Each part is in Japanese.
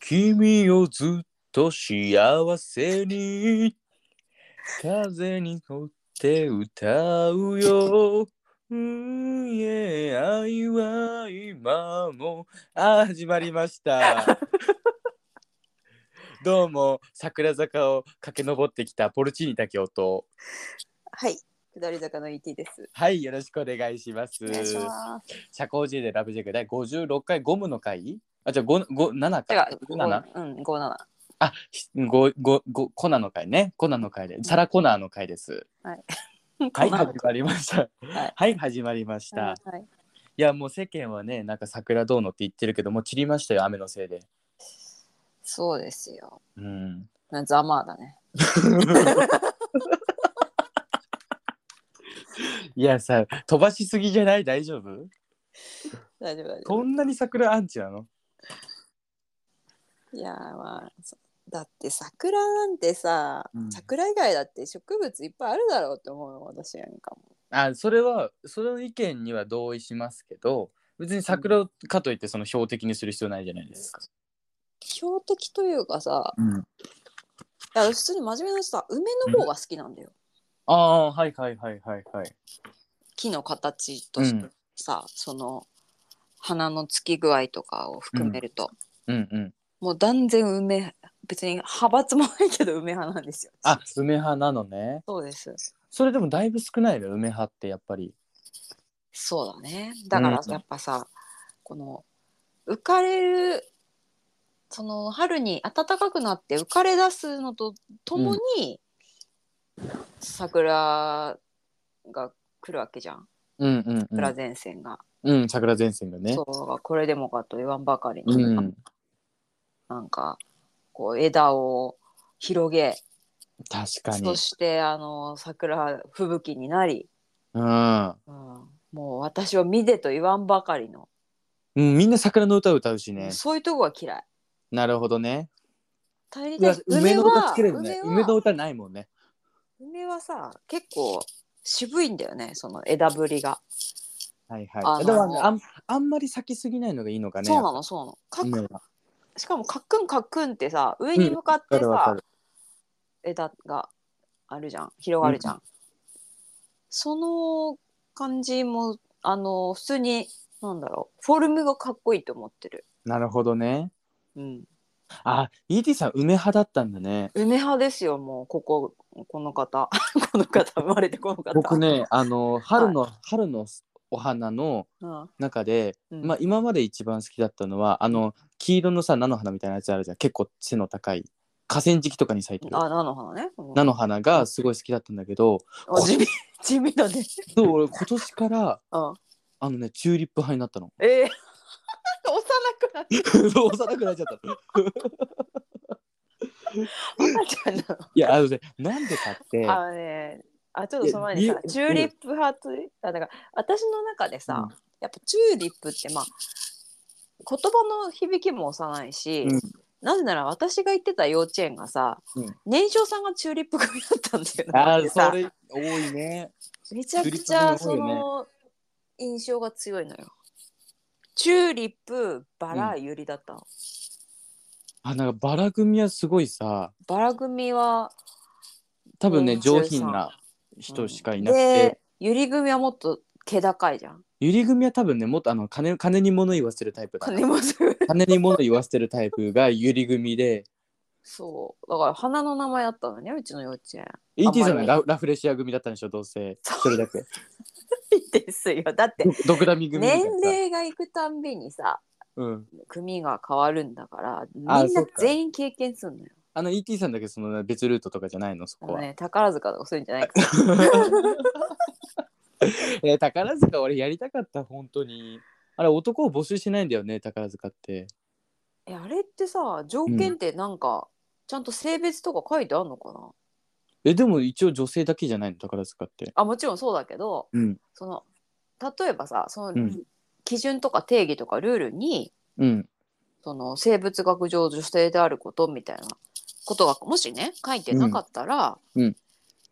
君をずっと幸せに風に乗って歌うよ。うん、いえ、愛は今も。あー、始まりま した。どうも、桜坂を駆け上ってきたポルチーニ竹雄と。はい、下り坂の ET です。はい、よろしくお願いします。お願いします。社交辞令ラブジェク第56回ゴムの回あ、じゃあ5、5、7てかか。、 5、7? ごうん、五七。あ、ひご、ご、ご、コナの会ね。コナの会で、サラコナーの会です。 はい、はい始まりました。いはい、始まりました。い、はい。や、もう世間はね、なんか桜どうのって言ってるけど、もう散りましたよ、雨のせいで。そうですよ。うん。なざまあだね。いやさ、飛ばしすぎじゃない大丈夫大丈夫大丈こんなに桜アンチなの夫。いやーまあ、そだって桜なんてさ、うん桜以外だって植物いっぱいあるだろうって思うの私やんかも。あ、それは、その意見には同意しますけど、別に桜かといってその標的にする必要ないじゃないですか。標的というかさ、うん、いや普通に真面目な人さ、梅の方が好きなんだよ。ああ、はいはいはいはいはい。木の形としてさ、その花のつき具合とかを含めると。うんうん。もう断然梅別に派閥もないけど梅派なんですよ。あ、梅派なのね。そうです。それでもだいぶ少ないのよ、梅派ってやっぱり。そうだね。だからうんやっぱさ、この浮かれるその春に暖かくなって浮かれ出すのとともに、桜が来るわけじゃん。うんうん、う桜ん。前線が。うん、桜前線がね。そうこれでもかと言わんばかりに、うん。なんかこう枝を広げ確かにそ。してあの桜吹雪になり。うん。うんもう私は見でと言わんばかりの、うん、みんな桜の歌を歌うしね。そういうとこが嫌いなるほどね。大うわ抵梅梅の歌はつけるのね。梅梅のは歌ないもんね。梅はさ結構渋いんだよねその枝ぶりが、はいあはのい。でもあのあんあんまり咲きすぎないのがいいのかね。そうなのそうなのかっ梅は。しかもカックンカックンってさ上に向かっわかてるわかさ、る。枝があるじゃん広がるじゃん、その感じもあの普通になんだろうフォルムがかっこいいと思ってる、なるほどね。うん、あ、ET さん梅派だったんだね。梅派ですよもうこここの方 この方生まれてこの方僕ね、あの春の、春のお花のうん中で、うんまあ今まで一番好きだったのはあの黄色のさ菜の花みたいなやつあるじゃん結構背の高い河川敷とかに咲いてるあ、菜の花ね。うん菜の花がすごい好きだったんだけどあ地味、地味だね。そう俺今年からうん。あのねチューリップ派にな ったのえー幼くなっ幼くなっちゃったたちゃ んないやあのねなんでかっての。あのね、あ、ちょっとその前にいさや、チューリップ派と、あ、だから、私の中でさ、うんやっぱチューリップって、まあ。言葉の響きも幼いし、うんなぜなら私が行ってた幼稚園がさ、うん年少さんがチューリップ組だったんだよねあでーさそれ多いねめちゃくちチューリップゃのそ方が多いよねの印象が強いのよ。チューリップ、バラ、ユリだったの。あなんかバラ組はすごいさバラ組は多分ねうん上品な人しかいなくでて、ゆり組はもっと気高いじゃ んゆり組は多分ねもっとあの金金に物言わせるタイプだな金もする金に物言わせてるタイプがゆり組でそうだから花の名前だったのねうちの幼稚園 ET さんあんがまりララフレシア組だったんでしょどうせそれだ けですよだってドドクダミ組みたい年なさ齢がいくたんびにさうん、組が変わるんだからみんあなそっか全員経験するのよあの ET さんだけその別ルートとかじゃないのそあこのは、ね宝塚とかそういうんじゃな いからえー宝塚俺やりたかった本当にあれ男を募集しないんだよね宝塚ってえあれってさ条件ってなんか、ちゃんと性別とか書いてあるのかなえでも一応女性だけじゃないの宝塚ってあもちろんそうだけどうんその例えばさうその、ん基準とか定義とかルールにうんその生物学上女性であることみたいなことがもしね書いてなかったら、うんうん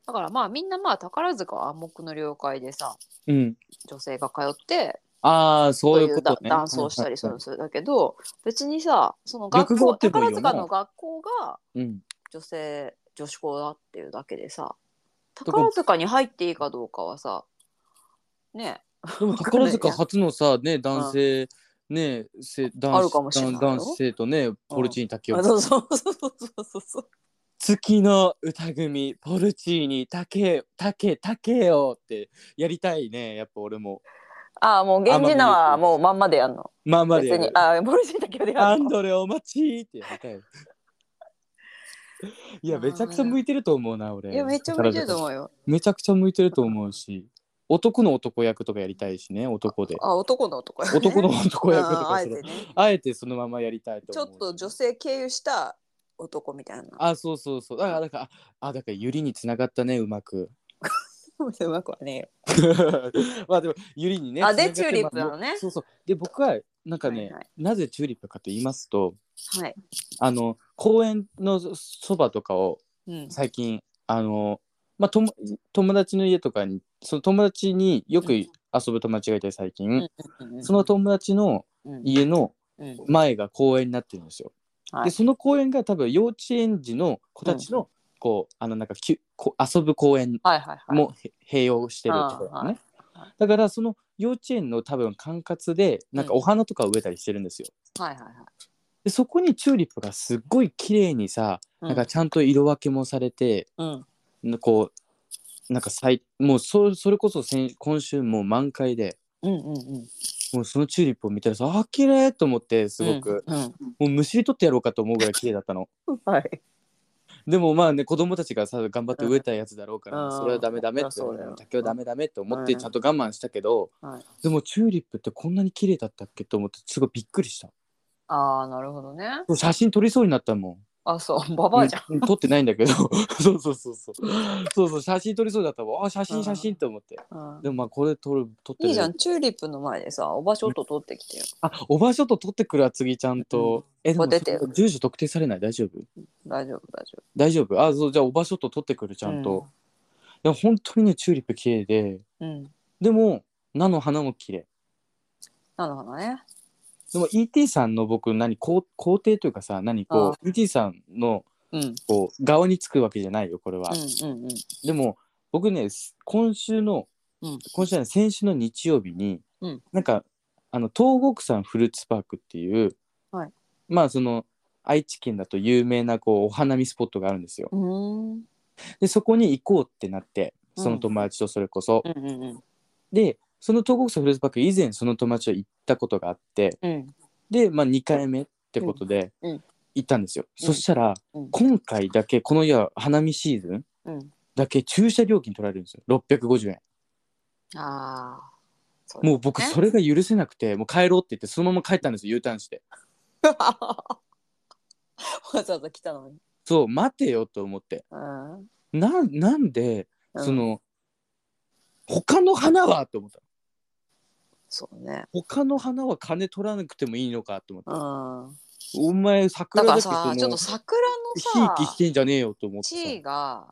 だからまあみんなまあ宝塚は暗黙の了解でさうん女性が通ってああ、そういうといこうとだね。男装したりするんですよだけど別にさその略学語校っていう宝分野塚はの学校が うん。女性女子校だっていうだけでさから宝塚に入っていいかどうかはさねでも宝塚初のさ、ね、男性、ね、せ男あるかもしれないよ男男性とね、ポルチーニ竹え雄あそうそうそうそうそうそう月の歌組ポルチーニ竹竹竹よってやりたいねやっぱ俺もあもう源氏名はもうまんまでやんのまんまでや別にるあボルシーだけでやアんンのドレお待ちってやりたいいやめちゃくちゃ向いてると思うな俺いやめっちゃ向いてると思うよめちゃくちゃ向いてると思うし男の男役とかやりたいしね男であ男の男やね男の男役とうんあかえそてれねあえてそのままやりたいちとょ思うっと女性経由した男みたいなあそうそうそうだからだからあだからゆりにつながったねうまく うまくはねえよ まあでもゆりにねあでつながってチューリップなのねまあそうそうで僕はなんかね、はいはいなぜチューリップかと言いますとはいあの公園のそばとかをうん最近あの、まあ、とも友達の家とかにその友達によくうん遊ぶ友達がいて最近、うんうんその友達のうん家のうん前が公園になってるんですよ。はいでその公園が多分幼稚園児の子たちの、こうあのなんかきゅこう遊ぶ公園はいはいはいもへ併用してるところね、あーはいだからその幼稚園の多分管轄でなんかうんお花とかを植えたりしてるんですよ。はいはいはいでそこにチューリップがすっごい綺麗にさ、うんなんかちゃんと色分けもされて、うんこうなんかさいもうそそれこそ先今週もう満開でうんうんうんもうそのチューリップを見たらさあー綺麗と思ってすごく、うんもうむしり取ってやろうかと思うぐらい綺麗だったの。うんはいでもまあね子供たちがさ頑張って植えたやつだろうから、うんそれはダメダメってそりゃそうだよ竹はダメダメって思ってうんちゃんと我慢したけど、はいでもチューリップってこんなに綺麗だったっけと思ってすごいびっくりしたああなるほどね写真撮りそうになったもあそうバんバアじゃんうん撮ってないんだ けどそうそうそうそうそうそう写真撮りそうだったもんあ写真写真と思ってうんでもまあこれ撮る撮ってるいいじゃんチューリップの前でさおばちょっと取ってきてよあおばあちょっと撮ってくるわ次ちゃんと、えでもこれ出てよそれ住所特定されない大丈夫大丈夫大丈大丈夫あそうじゃあおばあちょっと撮ってくるちゃんと、でも本当にねチューリップ綺麗で夫うんでも菜の花も綺麗なるほどねでも ET さんの僕何こう肯定というかさ何こう ET さんのうんうんこう側につくわけじゃないよこれは、うんうんでも僕ねす今週の、うん今週じゃない先週の日曜日に、うんなんかあの東国山フルーツパークっていう、はいまあその愛知県だと有名なこうお花見スポットがあるんですようーんでそこに行こうってなってその友達とそれこそ、うんうんうんでその東国山フルーツパーク以前その友達と行ったことがあって、うんで、まあ、2回目ってことでうんうん行ったんですよ、うんそしたら、うん今回だけこのいや花見シーズンうんだけ駐車料金取られるんですよ650円ああそもう僕それが許せなくてもう帰ろうって言ってそのまま帰ったんですよ U ターンしてわざわざ来たのに。そう待てよと思ってうんうんななんでそ、の、他の花はと思ったそうね。他の花は金取らなくてもいいのかと思ってうん。お前だ桜かだらけさ、ちょっと桜ひいのきしさ、てんじゃねえよと思ってさ地位が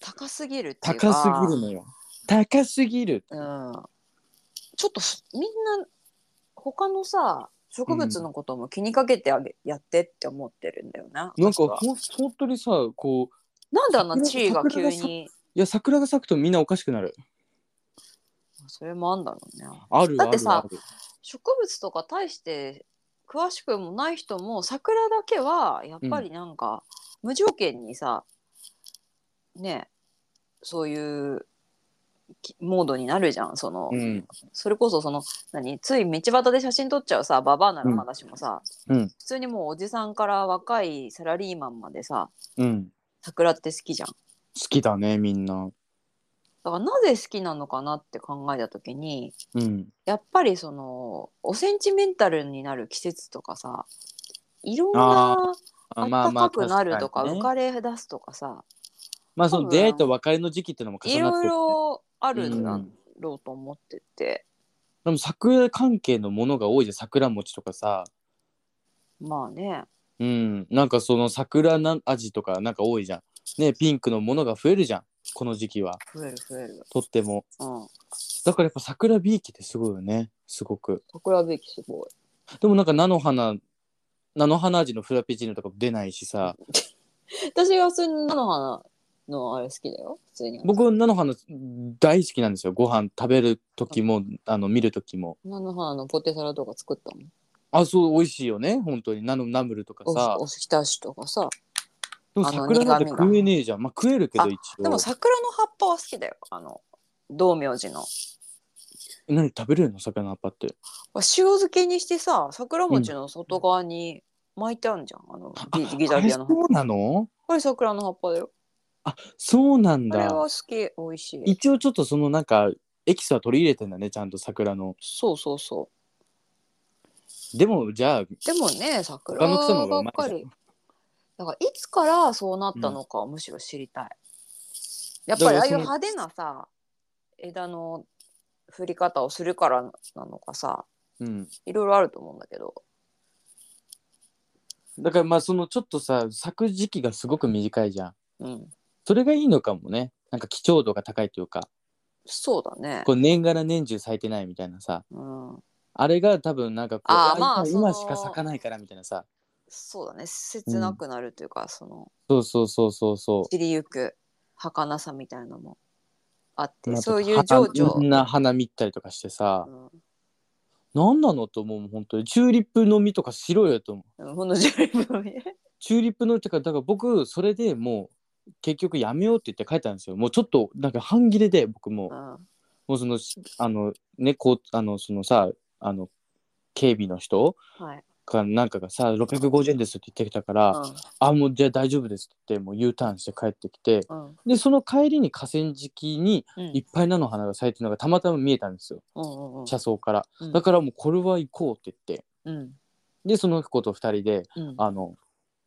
高すぎるっていうか。高すぎるのよ高すぎるうん。ちょっとふみんな他のさ、植物のことも気にかけてあげ、やってって思ってるんだよな。なんか私はほん本当にさこうなんであんな地位が桜急がさに、いや桜が咲くとみんなおかしくなるそれもあんだろうね。あるだってさある植物とか大して詳しくもない人も桜だけはやっぱりなんか無条件にさ、ねえそういうきモードになるじゃんその、あるうんそれこそその何つい道端で写真撮っちゃうさババアなの話もさ、うん普通にもうおじさんから若いサラリーマンまでさうん好桜って好きじゃん。きだねみんなだからなぜ好きなのかなって考えた時にうんやっぱりそのおセンチメンタルになる季節とかさいろんあなあ暖かくなるとか確浮にねかれ出すとかさまあその多分出会いと別れの時期ってのもい重なってろいるろあるうんだろうと思ってて、でも桜関係のものが多いじゃん桜餅とかさまあねうんなんかその桜な味とかなんか多いじゃんねピンクのものが増えるじゃんこの時期は増える増える。とってもうん。だからやっぱ桜ビーキってすごいよねすごく桜ビーキすごい。でもなんか菜の花菜の花味のフラペチーノとか出ないしさ私が普通に菜の花のあれ好きだよ。普通に。僕菜の花大好きなんですよご飯食べる時もあの見る時も菜の花のポテサラとか作ったもん。あそう美味しいよね本当にナノナムルとかさおおひたしとかさ。でもあの桜なんて苦味が食えねえじゃんまあ食えるけど一応でも桜の葉っぱは好きだよ。あの道明寺の。何食べれるの桜の葉っぱって塩漬けにしてさ桜餅の外側に巻いてあるじゃん、あのギギあザれギザその葉っぱうなのこれ桜の葉っぱだよそうなんあれはだ好き美味しい一応ちょっとそのなんかエキスは取り入れてんだねちゃんと桜のそうそうそでもじゃあうでもね桜他の草の方がばうっまいじゃかんりだからいつからそうなったのかむしろ知りたいやっぱりああいう派手なさ枝の振り方をするからなのかさうんいろいろあると思うんだけどだからまあそのちょっとさ咲く時期がすごく短いじゃんうんそれがいいのかもねなんか貴重度が高いというかそうだねこう年がら年中咲いてないみたいなさうんあれが多分なんかこうあーまあその今今しか咲かないからみたいなさそうだね切なくなるというか、そのそうそうそうそうそ散りゆく儚さみたいなのもあって、うそういう情緒、みんな花見ったりとかしてさう、んなん、なのと思うもん本当にチューリップの実とかしろよと思ううん、ほんの10分見えチューリップの実とかだから僕それでもう結局やめようって言って書いたんですよもうちょっとなんか半切れで僕もう、うんもうそのしあのねこうあのそのさあの警備の人はいかなんかがさ650円ですって言ってきたから、あもうじゃあ大丈夫ですって言ってもう U ターンして帰ってきてうんでその帰りに河川敷にうんうんいっぱい菜の花が咲いてるのがたまたま見えたんですようんうん車窓から、うんだからもうこれは行こうって言ってうんでその子と2人でうんあの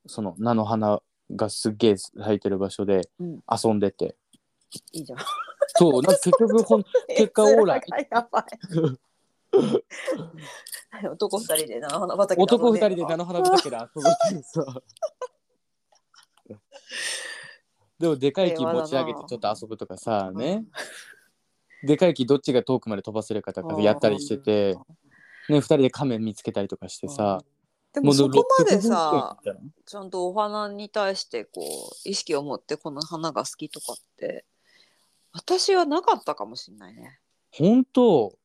その菜の花がすっげえ咲いてる場所でうん遊んでて、いいじゃんそう なんか結局ほん結果オーライやばい男二人で菜の花畑で遊ん男2人るでの菜の花畑で遊ぶっていうさでもでかい木持ち上 げてちょっと遊ぶとかさね、でかい木どっちが遠くまで飛ばせるかとかやったりしてて、ね、2人で亀見つけたりとかしてさ、でもうそこまで650さみたいなちゃんとお花に対してこう意識を持ってこの花が好きとかって私はなかったかもしれないね本当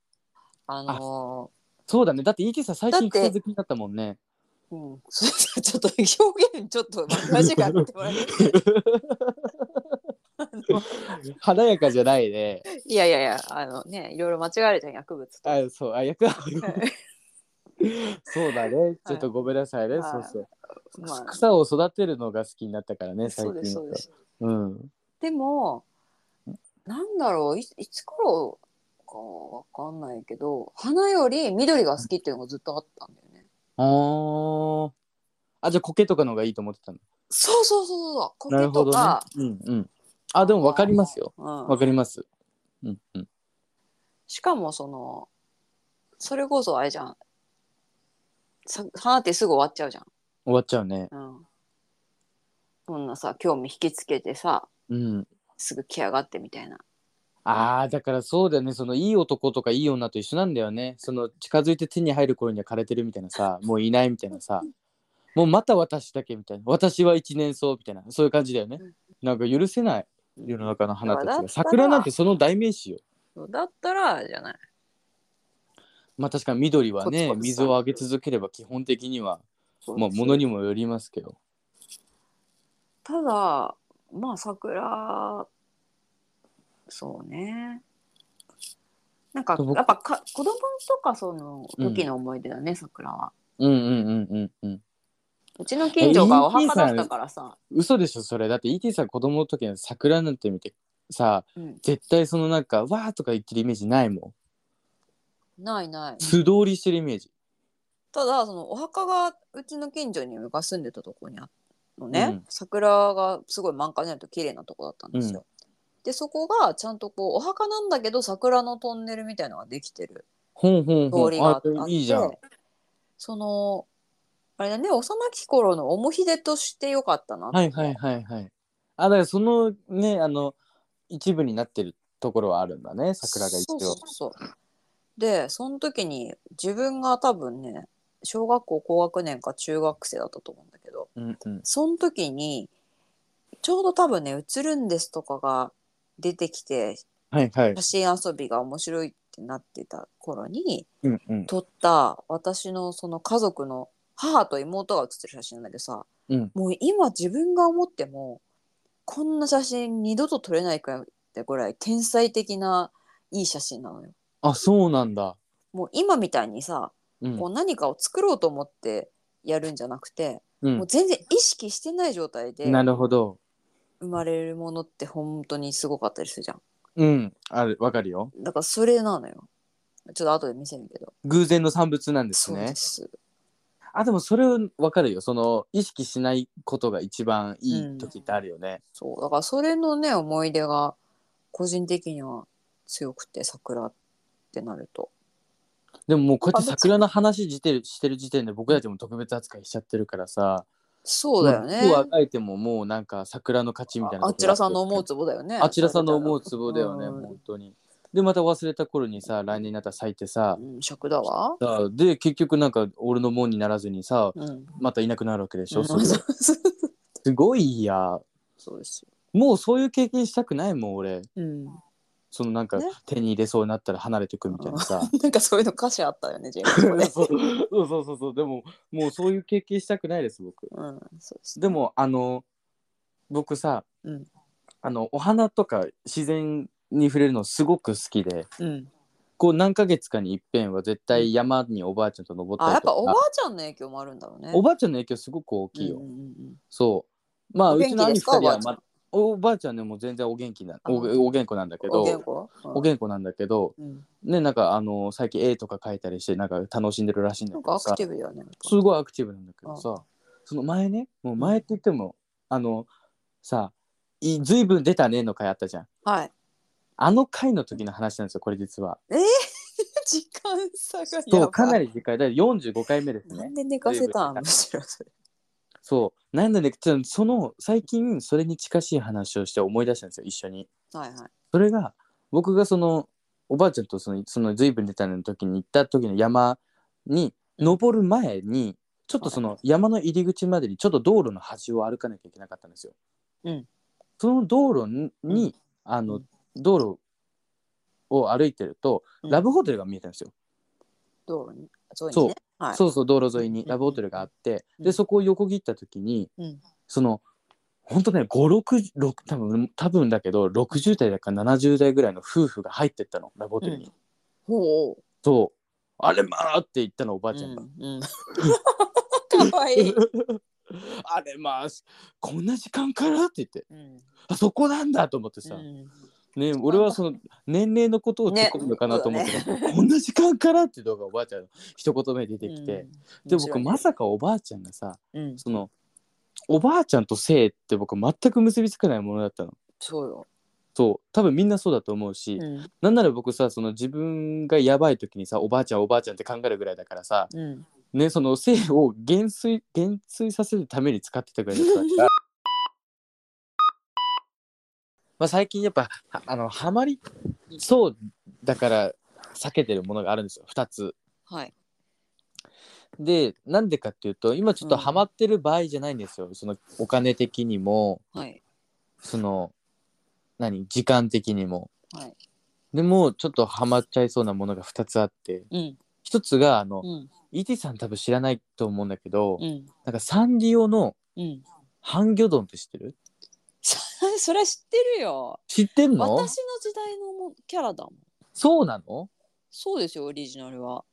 あのーそうだねだってイキさん最だ近って草好きになったもんねうん、 そうそうちょっと表現ちょっと難しくやってもらえ る華やかじゃないで、いやいやいやあのねいろいろ間違われちゃう薬物とあそうあ役そうだねちょっとごめんなさいね、はいそうそう、 まあ草を育てるのが好きになったからね最そう近ですそうですうんでもなんだろういいつからかわかんないけど花より緑が好きっていうのがずっとあったんだよねあーあじゃあ苔とかの方がいいと思ってたのそうそうそうそうな苔るほとどねか、うんうんあでも分かりますようん分、かりますうんうんしかもそのそれこそあれじゃんさ花ってすぐ終わっちゃうじゃん終わっちゃうねうん、こんなさ興味引きつけてさうんすぐ来やがってみたいなあーだからそうだよねそのいい男とかいい女と一緒なんだよねその近づいて手に入る頃には枯れてるみたいな さもういないみたいなさもうまた私だけみたいな私は一年草みたいなそういう感じだよねなんか許せない世の中の花たちが桜なんてその代名詞よだったらじゃないまあ確かに緑はねコツコツさ水をあげ続ければ基本的にはまあそうものにもよりますけどただまあ桜そうねなんか僕やっぱか子供とかそのうん時の思い出だね、桜はうんうんうんうんうんうちの近所がおえ墓だいいっさたからさ、嘘でしょそれだって ET さん子供の時の桜なんて見てさうん、絶対そのなんかわーとか言ってるイメージないもないないん素通りしてるイメージただそのお墓がうちの近所に昔住んでたとこにあのね、うん桜がすごい満開になると綺麗なとこだったんですよ。でそこがちゃんとこうお墓なんだけど桜のトンネルみたいのができてるほんほんほ通んりがああっていいじゃんそのあれだね幼き頃の重ひでとしてよかったなってはいはいはいはいあだからそのねあの一部になってるところはあるんだね桜が一そうそ応うそうでその時に自分が多分ね小学校高学年か中学生だったと思うんだけどうんうんその時にちょうど多分ね「映るんです」とかが出てきてはいはい写真遊びが面白いってなってた頃にうんうん撮った私のその家族の母と妹が写ってる写真なんだけどさ、うんもう今自分が思ってもこんな写真二度と撮れないくらいってぐらい天才的ないい写真なのよ。あそうなんだもう今みたいにさ、うんこう何かを作ろうと思ってやるんじゃなくて、うもうん全然意識してない状態でなるほど生まれるものって本当にすごかったりするじゃん。うんあるわかるよだからそれなのよ。ちょっと後で見せるけど。偶然の産物なんですそうねです。あでもそれわかるよその意識しないことが一番いい時ってあるよね、そうだからそれのね思い出が個人的には強くて桜ってなると。でももうこうやっあて別に桜の話してるしてる時点で僕たちも特別扱いしちゃってるからさそうだよね。もうあがいてももうなんか桜の勝ちみたいなあとこちろらさんの思うツボだよ ね。あちらさんの思うツボだよね、うん本当にでまた忘れた頃にさ来年になったら咲いてさうん、尺だわ。さあで結局なんか俺のもんにならずにさうん。またいなくなるわけでしょ、うんそれ すごいやそうですよ。もうそういう経験したくないもん俺うん。そのなんか、ね手に入れそうになったら離れてくみたいなさなんかそういうの歌詞あったよね、ジェイそコブうね そうそうそうそうでももうそういう経験したくないです僕うん、そうです。でもあの僕さ、うんあのお花とか自然に触れるのすごく好きでうん。こう何ヶ月かに一遍は絶対山におばあちゃんと登ったあ、やりっぱとおばかあちゃんの影響もあるんだろうね。おばあばあちゃんの影響すごく大きいよ、うんうんうんそうまあおうち元気の兄二ですか人はおばあちゃんまおばあちゃんねもう全然お元気なおあお元気なんだけお元ど気お元気なんだけどうん。ねなんかあの最近絵とか描いたりしてなんか楽しんでるらしいんだなんけかどアさクティブだよね。すごいアクティブなんだけどさその前ねもう前って言っても、あのさいずいぶん出たねの回あったじゃんはい。あの回の時の話なんですよこれ実は 時間差がやばいそうかなり次回だ45回目ですなねんで寝かせたんむしろそれ。そうなんだねちょその最近それに近しい話をして思い出したんですよ一緒にはいはい。それが僕がそのおばあちゃんとそのその随分出たねの時に行った時の山に登る前にちょっとその山の入り口までにちょっと道路の端を歩かなきゃいけなかったんですよ。うんその道路に、うんあうのん道路を歩いてると、うんラブホテルが見えたんですよ。道路に。そうそうね。はい。そうそう道路沿いにうんラブホテルがあって、うんでそこを横切った時に、うんそのほんとね566多分多分だけど60代だか70代ぐらいの夫婦が入ってったのラブホテルに。うほう。そうあれまーって言ったのおばあちゃんが。うん。うん。 かわいい。あれまーこんな時間からって言ってうん。あそこなんだと思ってさ、ね俺はその年齢のことを突っ込むのかなと思ってたけ ど、こんな時間からっていうのがおばあちゃんの一言目出てきて、で僕まさかおばあちゃんがさうん。そのおばあちゃんと性って僕全く結びつかないものだったのそうよ。そう多分みんなそうだと思うし、うん。なんなら僕さその自分がやばい時にさおばあちゃんおばあちゃんって考えるぐらいだからさうん。ねその性を減衰減衰させるために使ってたぐらいだったから まあ最近やっぱはあのハマりそうだから避けてるものがあるんですよ2つはい。でなんでかっていうと今ちょっとハマってる場合じゃないんですよ、そのお金的にもはい。その何時間的にもはい。でもちょっとハマっちゃいそうなものが2つあってうん。 1つがあの、うん。 ET さん多分知らないと思うんだけど、うん。なんかサンリオのうん。ハンギョドンって知ってる それは知ってるよ。知ってん私のの時代のもキャラだもん。そうなのそうですよ、オリジナルは。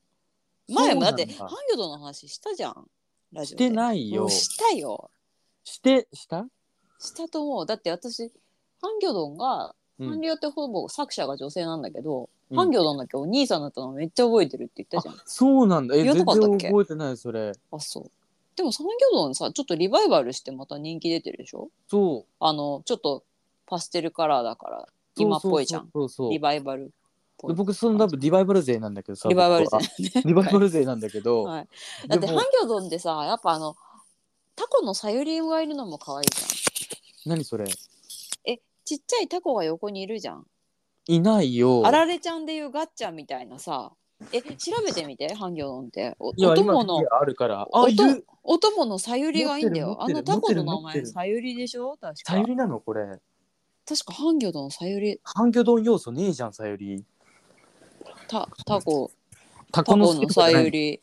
前もだって、そうハなンんだギョドの話したじゃん。ラジしオでてないもようしたよ。してしたしたと思う。だって私、ハンギョドンが、うんハンリオってほぼ作者が女性なんだけど、うんハンギョドンだけお兄さんだったのめっちゃ覚えてるって言ったじゃん。あそうなんだえ言全わな然かったっけ覚えてないそれそう。でも、ハンギョドンさ、ちょっとリバイバルしてまた人気出てるでしょそうあの、ちょっとパステルカラーだから、そう今っぽいじゃんそうそうリそうバイバルっぽでい。僕その多分リバイバル勢なんだけどさリバイバル僕はじゃん。 リバイバル勢なんだけど、はいだでってハンもギョドンってさやっぱあのタコのさゆりんがいるのも可愛いじゃん何それちっちゃいタコが横にいるじゃんいないよあられちゃんでいうガッチャンみたいなさえ調べて みて半魚丼っておおいや今供ののあるからあおいとるお供のさゆりがいいんだよ持っあてるのタコの持名ってる持ってる前さゆりでしょ確さゆかりなのこれ確か半魚丼さゆり半魚丼要素ねえじゃんさゆりたタコタタココののさゆり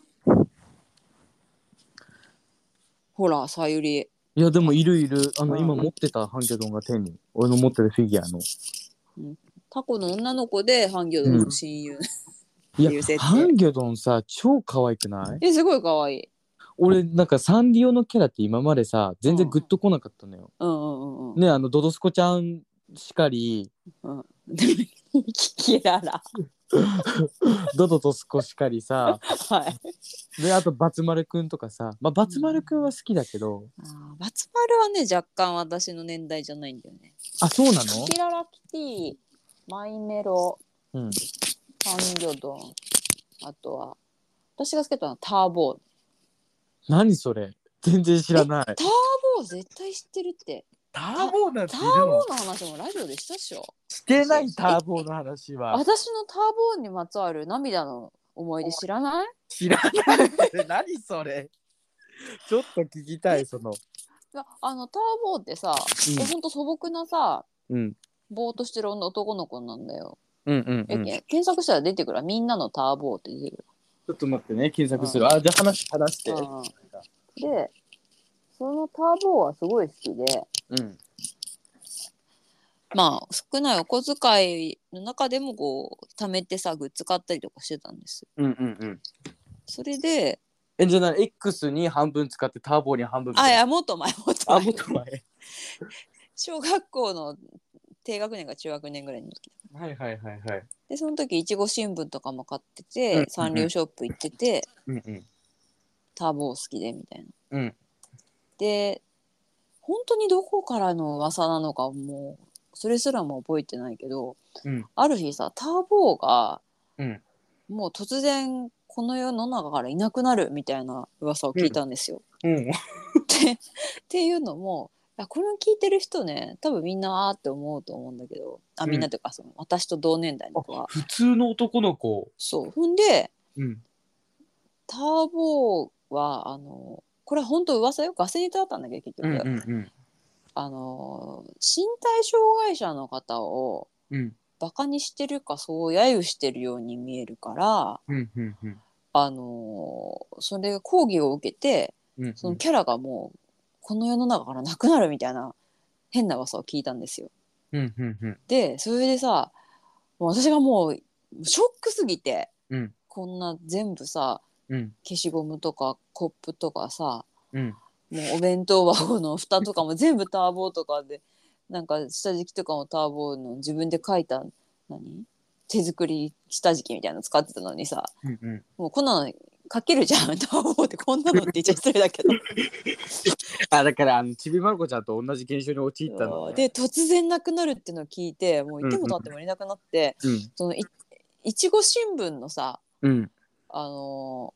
ほらさゆりいやでもいるいるあの、うん今持ってた半魚丼が手に俺の持ってるフィギュアのタコの女の子で半魚丼の親友、いやいう設定半魚丼さ超可愛くないえすごい可愛い俺なんかサンリオのキャラって今までさ全然うんグッとこなかったのよ、うんうんうんうんねあのドドスコちゃんしかり キララ。ドドとスコしかりさ はい。であとバツマルくんとかさまあバツマルくんは好きだけどあーバツパルはね、若干私の年代じゃないんだよね。あそうなキララキティ、マイメロ、のうんパンギョドン、あとは、私が好きだったのはターボー。何それ全然知らないターボー絶対知ってるって。ターボーなんタてーいるボのーの話もラジオでしたっしょ。してないターボーの話は私のターボーにまつわる涙の思い出知らない知らないそれ何それちょっと聞きたいそのいやあのターボーってさ、うんほんと素朴なさ、うんぼーっとしてる男の子なんだよ。うんうんえうんち検索したら出てくるわみんなのターボーって出てくる。ょっと待ってね検索するあじゃあ話話してうんでそのターボーはすごい好きでうんまあ少ないお小遣いの中でもこう貯めてさグッズ買ったりとかしてたんですようんうんうんそれでえじゃあ何 X に半分使ってターボーに半分あいやもっと前もっとあ前もっと前小学校の低学年か中学年ぐらいの時はいはいはいはいでその時いちご新聞とかも買ってて、うんサンリオショップ行ってて、うんうんターボー好きでみたいなうんで本当にどこからの噂なのかもうそれすらも覚えてないけど、うんある日さターボーが、うんもう突然この世の中からいなくなるみたいな噂を聞いたんですよ。うんでっていうのもいやこれを聞いてる人ね多分みんなあーって思うと思うんだけどあみんなというかその私と同年代の子は。普通の男の子そうほんでうんターボーはあのこれ本当噂よガセネタだったんだけど結局。うんうんあの身体障害者の方をうんバカにしてるかそう揶揄してるように見えるから、うんうんうんあのそれが抗議を受けてうんそのキャラがもうこの世の中からなくなるみたいな変な噂を聞いたんですよ。うんうんうんでそれでさもう私がもうショックすぎて、うんこんな全部さうん消しゴムとかコップとかさうんもうお弁当箱の蓋とかも全部ターボーとかでなんか下敷きとかもターボーの自分で書いた何手作り下敷きみたいなの使ってたのにさうんうんもうこんなの書けるじゃんターボーってこんなのって言っちゃ失礼だけどあだからあのちびまる子ちゃんと同じ現象に陥ったのねで突然なくなるってのを聞いてもういてもたってもいなくなって、うんそのいいちご新聞のさうんあの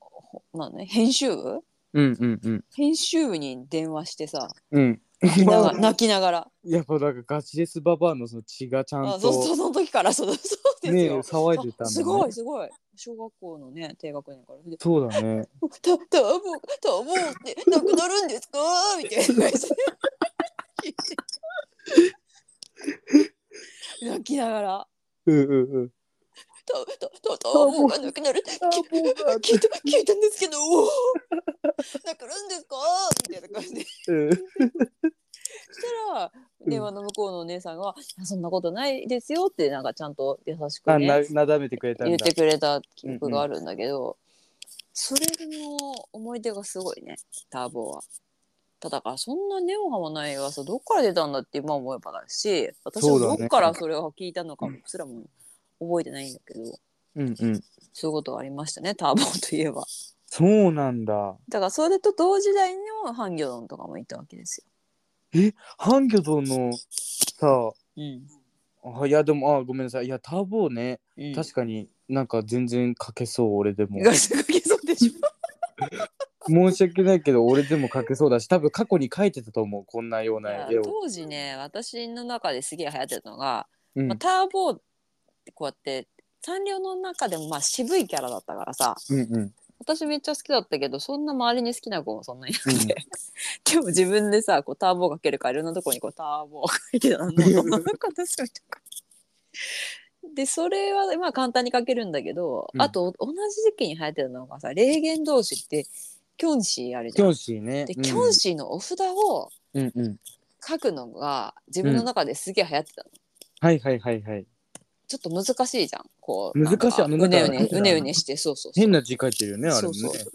ーほなんね編集部うんうんうん編集部に電話して さうん泣きながら泣きながらやっぱなんかガチレスババアのその血がちゃんあそうそうとその時からそうそうですよ、ねえ騒いでたんだねあすごいすごい小学校のね低学年からでそうだね「たたぶんたぶんってなくなるんですか?」みたいな感じで泣きながらうんうんうん「たたたたぶんがなくなる」き聞いた聞いたんですけど「なくなるんですか?」みたいな感じでそしたらん電話の向こうのお姉さんが「いやそんなことないですよ」ってなんかちゃんと優しくあね、ななだめてくれた言んっだてくれた記憶があるんだけど、それの思い出がすごいねターボは。ただからそんなネオハもない噂どっから出たんだって今思えばだし私そはうだねどっからそれを聞いたのかもすらも覚えてないんだけどうんうんそういうことがありましたねターボといえばそうなんだだからそれと同時代のハンギョドンとかもいたわけですよ。ハンギョドのさうんあいやでもあごめんなさいいやターボーねうん、確かになんか全然書けそう俺でもガスが消そうでしょ申し訳ないけど俺でも描けそうだし多分過去に描いてたと思うこんなよういやな絵を、当時ね私の中ですげえ流行ってたのが、うんまあ、ターボーってこうやってサンリオの中でもまあ渋いキャラだったからさうんうん私めっちゃ好きだったけどそんな周りに好きな子もそんなにいなくて、でも自分でさこうターボーかけるからいろんなとこにこうターボーかけて たのなんか私みたいでそれはまあ簡単にかけるんだけど、うんあと同じ時期に流行ってたのがさ霊言同士ってキョンシーあるじキゃョんン。シーねでうんキョンシーのお札をうんうん書くのが自分の中ですげえ流行ってたの、はいはいはいはいちょっと難しいじゃんこう難しいなんかあのうねなうんかねうねうねしてそうそうそう変な字書いてるよねあれそもうねそう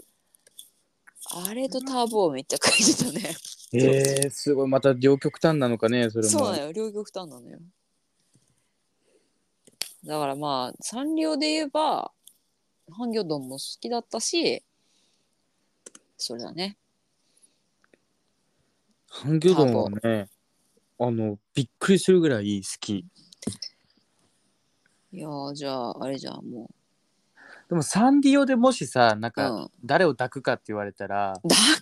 あれとターボをめっちゃ書いてたねえー、すごいまた両極端なのかねそれもそうなのよ両極端なのよだからまあサンリオで言えばハンギョドンも好きだったしそれだねハンギョドンはねあのびっくりするぐらい好きいやーじゃああれじゃんもでもサンディオでもしさなんう、うか、ん、誰を抱くかって言われたらだからなんかそう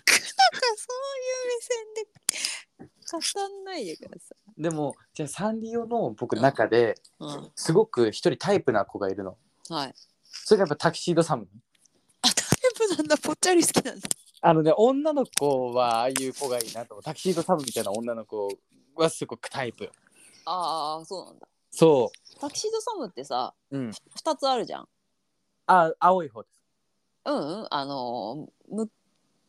いう目線で語んないでくださでもじゃあサンディオの僕の中でい、すごく一人タイプな子がいるのうん、はいそれがやっぱタキシードサムあ、タイプなんだ、ぽっちゃり好きなんだ。あのね女の子はああいう子がいいなと思うタキシードサムみたいな女の子はすごくタイプああ、そうなんだ。そタキシードサムってさ、ううん二つあるじゃん。あ青い方ですうんうん、あのー無、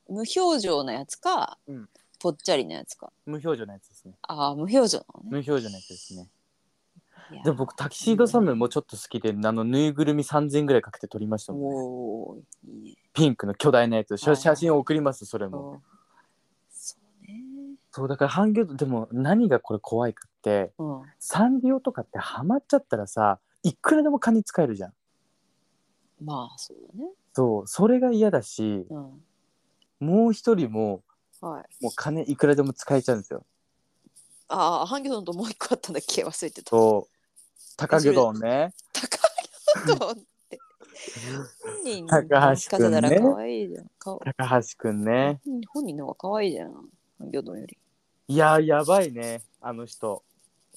無表情なやつか、うんぽっちゃりなやつか。無表情のやつですねああ、無表情なのね。無表情のやつですねいやでも僕タキシードサムもちょっと好きであのぬいぐるみ3000ぐらいかけて撮りましたもんねおお、いいね。ピンクの巨大なやつは写い写真を送りますそれもそうそうね。そうだからハンギョドンでも何がこれ怖いかってうん。サンリオとかってハマっちゃったらさいくらでも金使えるじゃんまあ、そうだね。そうそれが嫌だしうん。もう一人もはい。もう金いくらでも使えちゃうんですよああ、ハンギョドンともう一個あったんだっけ忘れてた。そう高木丼ね高橋ドンって。本人の高橋くんね方なら可愛いじゃん。か高橋くんねうん本人の方が可愛いじゃん。ハンギョドンより。いややばいねあの人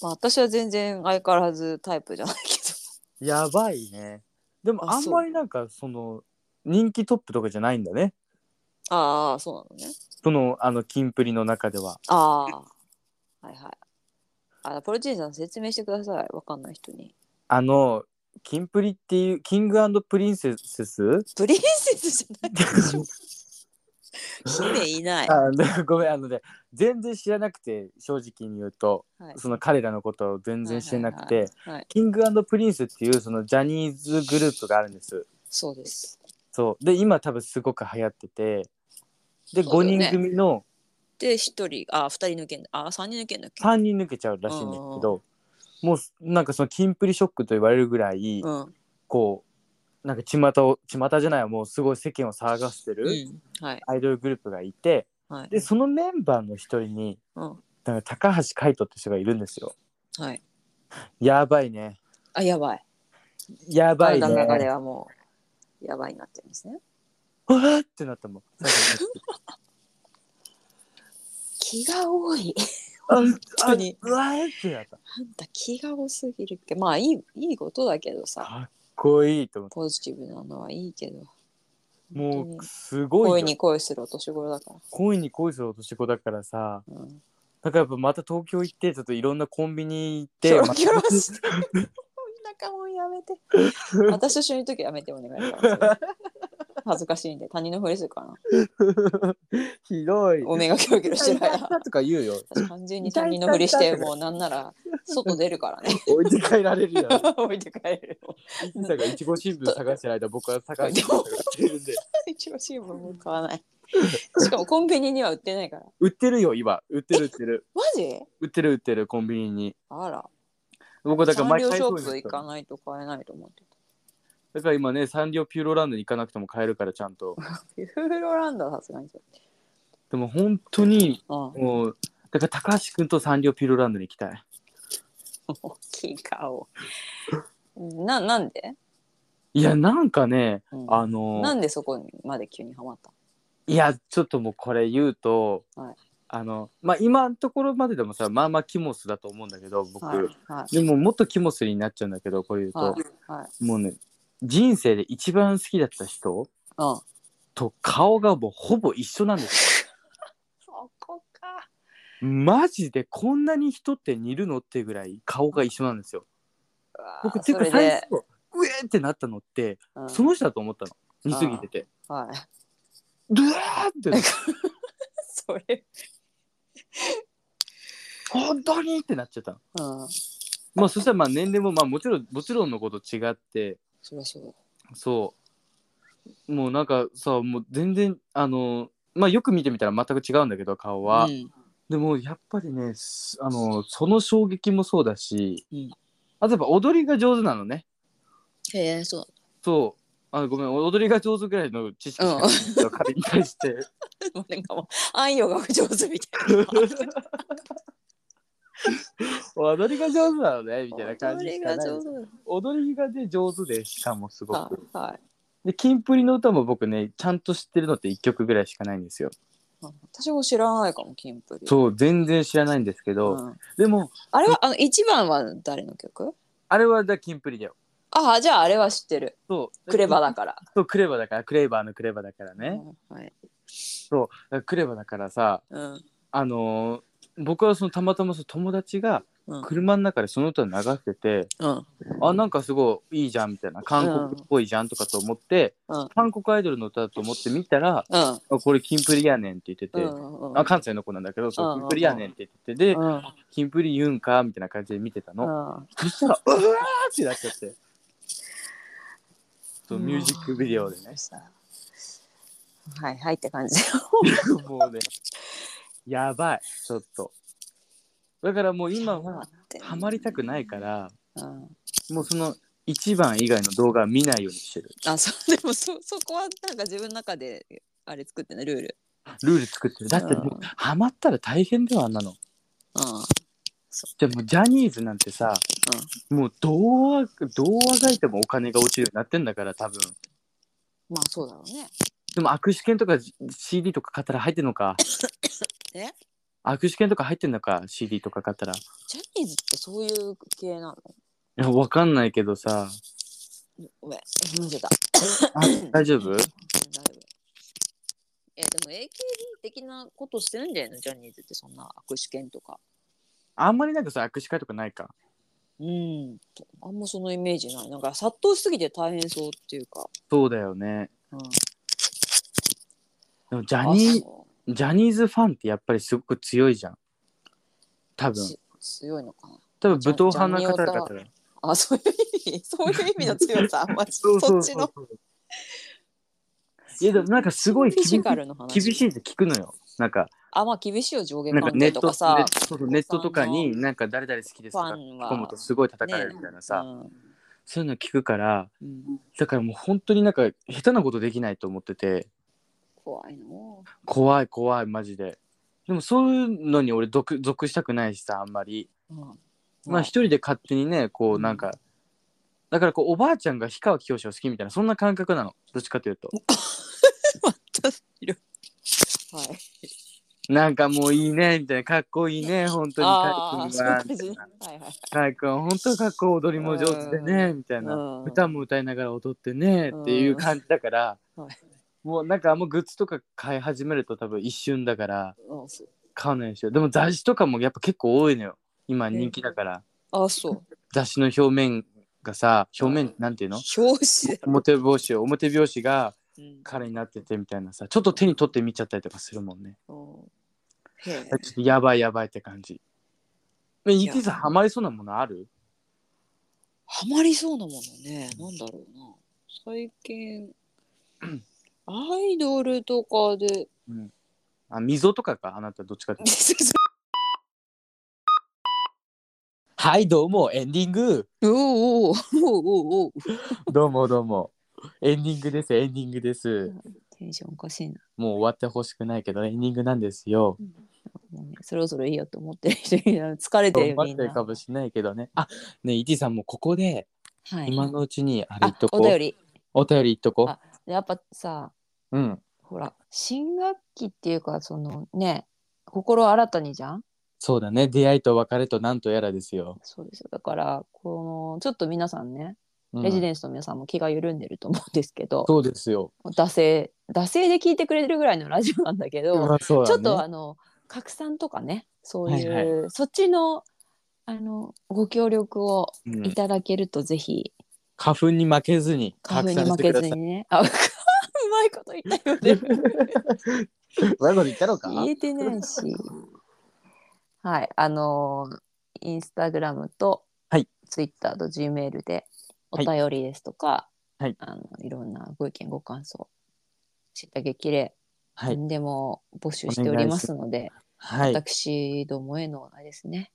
まあ私は全然相変わらずタイプじゃないけやばいねでもああんまりなんかその人気トップとかじゃないんだねど。ああ、そうなのね。そのあのキンプリの中ではああ。はいはい。あ、ポルチーニさん説明してください。わかんない人に。あのキンプリっていうキングプリンセスプリンセスじゃないでしょ。姫 いない。はあでごめんあのね全然知らなくて正直に言うとい。その彼らのことを全然知らなくはいてはいはい。キングプリンスっていうそのジャニーズグループがあるんですそうです。そうで今多分すごく流行っててで、そう5だよね人組ので、一人、あ、二人抜けんだ。あ、三人抜けんだっけ。 3人抜けちゃうらしいんですけどもうなんかそのキンプリショックと言われるぐらいうん。うん。こうなんか巷を巷じゃないわもうすごい世間を騒がせてるはい。アイドルグループがいてはい。でそのメンバーの一人にうん。なんか高橋海人って人がいるんですよはい。やばいねあ、やばい。やばバいイねの中ではもう。やばいになってるんですね。うわーってなったもん最初に気が多い。あ当にあうわーってなったかあんた気が多すぎるってまあいいいいことだけどさっこいいと思ってポジティブなのはいいけども本当うにすごい恋よに恋するお年頃だか恋に恋するお年子だからさら、うん、だからやっぱまた東京行ってちょっといろんなコンビニ行っキョてロまキョロ してる田舎もやめて私と一緒にいる時やめてお願いします恥ずかしいんで他人のふりするからな ひどいお目がキョロキョロしてる痛い間痛いとか言うよ私完全に他人のふりしてもうなんなら外出るからね 置いて帰られるやん置いて帰るいつだかいちご新聞探してる間僕は探してるんで一応新聞も買わないしかもコンビニには売ってないから売ってるよ今売ってる売ってるマジ売ってる売ってるコンビニにあら僕だからサン毎リオ回シそョうでッすよプ行かないと買えないと思ってだから今ねサンリオピューロランドに行かなくても買えるからちゃんとた。ピューロランドはさすがにちょっでも本当にと。うん。もうだから高橋君とサンリオピューロランドに行きたい大きい顔。な、なんで、いやなんかねうんあのなんでそこまで急にハマったいやちょっともうこれ言うと、はいあのまあ今のところまででもさまあまあキモスだと思うんだけど僕、はいはいでももっとキモスになっちゃうんだけどこれ言うと、はいはいもうね人生で一番好きだった人うんと顔がもうほぼ一緒なんですそこかよマジでこんなに人って似るのってぐらい顔が一緒なんですようわー僕っていうかそれ最で初うえーってなったのってうんその人だと思ったの似すぎててはいドゥーってなって それ本当にってなっちゃったのうんまあそしたらまあ年齢もまあもちろんもちろんのこと違ってそりゃそうそうもうなんかさもう全然あのまあよく見てみたら全く違うんだけど顔は、うんでもやっぱりねすあのその衝撃もそうだし、うんあとやっぱ踊りが上手なのねへえそう そうあごめん踊りが上手ぐらいの知識しかないんですけど彼に対して なんかもう安養が不上手みたいな踊りが上手なのねみたいな感じしかない手踊りがね上手でしかもすごはくいはいでキンプリの歌も僕ねちゃんと知ってるのって1曲ぐらいしかないんですようん私も知らないかもキンプリそう全然知らないんですけど、うんでもあれはあの一番は誰の曲あれはだキンプリだよああじゃああれは知ってるそうクレバーだらからそうクレバだからクレバーのクレバだからね、だかうんはいらクレバだからさうんあのー僕はそのたまたまその友達がうん車の中でその歌を流してて、うんあなんかすごいいいじゃんみたいな韓国っぽいじゃんとかと思って、うん韓国アイドルの歌だと思って見たら、うんあこれキンプリやねんって言ってて、うんあ関西の子なんだけどそううんキンプリやねんって言っててでうんキンプリ言うんかみたいな感じで見てたの、うんそしたら、うわーってなっちゃって。そう、ミュージックビデオでね。はいはいって感じ もうね、やばい、ちょっと。だからもう今は、ハマりたくないから、うんもうその1番以外の動画は見ないようにしてる。あそうでもそそこはなんか自分の中であれ作ってねルールルール作ってる。だってもう、うんハマったら大変ではあんなの。うんじゃあもう、ジャニーズなんてさ、もう、どうあ、どうあがいてもお金が落ちるようになってんだから、多分。まあそうだろうねでも握手券とか CD とか買ったら入ってんの かえ握手券とか入ってんのか CD とか買ったらいジャニーズってそういう系なのやわかんないけどさごめん混ぜたあ大丈夫だいぶいやでも AKB 的なことしてるんだよねジャニーズってそんな握手券とかあんまりなんかさ握手会とかないかうんあんまそのイメージないなんか殺到しすぎて大変そうっていうか、そうだよねうん、でもジャあニそージャニーズファンってやっぱりすごく強いじゃん多う分し強いのかな多分ジャ武闘派な方ジャニ々オタだあそういう意 味そういう意味の強さあんまりそっちのいやでもなんかすごいフィ厳しジいカルの話厳しいって聞くのよなんかあまあ厳しいよ上下なんか関ネ係ッとトかさネそうそうネットとかになんか誰々好きですとかファンは聞き込むとすごい叩かれるみたいなさ、そういうの聞くからうんうん、だからもう本当になんか下手なことできないと思ってて怖いの怖い怖いマジででもそういうのに俺属属したくないしさあんまりうんまあ一人で勝手にねこううんなんか、だからこうおばあちゃんが氷川きよしを好きみたいなそんな感覚なのどっちかというとはいなんかもういいねみたいなかっこいいね本当にあかあっそういう感じこいいねなはいはいかいくん本当にかっこいい踊りも上手でねみたいな、うん歌も歌いながら踊ってねっていう感じだから、うんはいもうなんかあんまグッズとか買い始めると多分一瞬だからうんそう買わないでしょでも雑誌とかもやっぱ結構多いのよ今人気だから、あそう雑誌の表面がさ表面なんていうの表紙で、表拍子表拍子がうん彼になっててみたいなさちょっと手に取って見ちゃったりとかするもんねうんへえちょっとやばいやばいって感じえいイやキさんハマりそうなものあるハマりそうなものねなんだろうな最近アイドルとかであ溝とかかあなたどっちかっていうとはいどうもエンディング おうおうおうおうおう どうもどうもエンディングですエンディングですテンションおかしいな、もう終わってほしくないけどエンディングなんですよもうね、そろそろいいよと思ってる人い る疲れてるよみ待っんてなるかもしれないけどねあねイティさんもここではい今のうちにあれ言あっとこおう便りお便り言っとこあやっぱさううんほほら新学期っていうかそのね心新たにじゃんそうだね出会いと別れとなんとやらですよ、そうですよだからこのちょっと皆さんねうんレジデンスの皆さんも気が緩んでると思うんですけど、そうですよ、惰性惰性で聞いてくれるぐらいのラジオなんだけど、まあそうちだょっねとあの拡散とかねそういう、はいそっちのあのご協力をうんいただけるとぜひ花粉に負けずに花拡散粉にし負てけくだずさいにねあうまいこと言ったよ ねうまいこと言ったのか言えてないしはいあのインスタグラムとはいツイッターと G メールでおはい便りですとか、はいあのいろんなご意見ご感想知った激励、はい何でも募集しておりますのではい私どもへのあれですね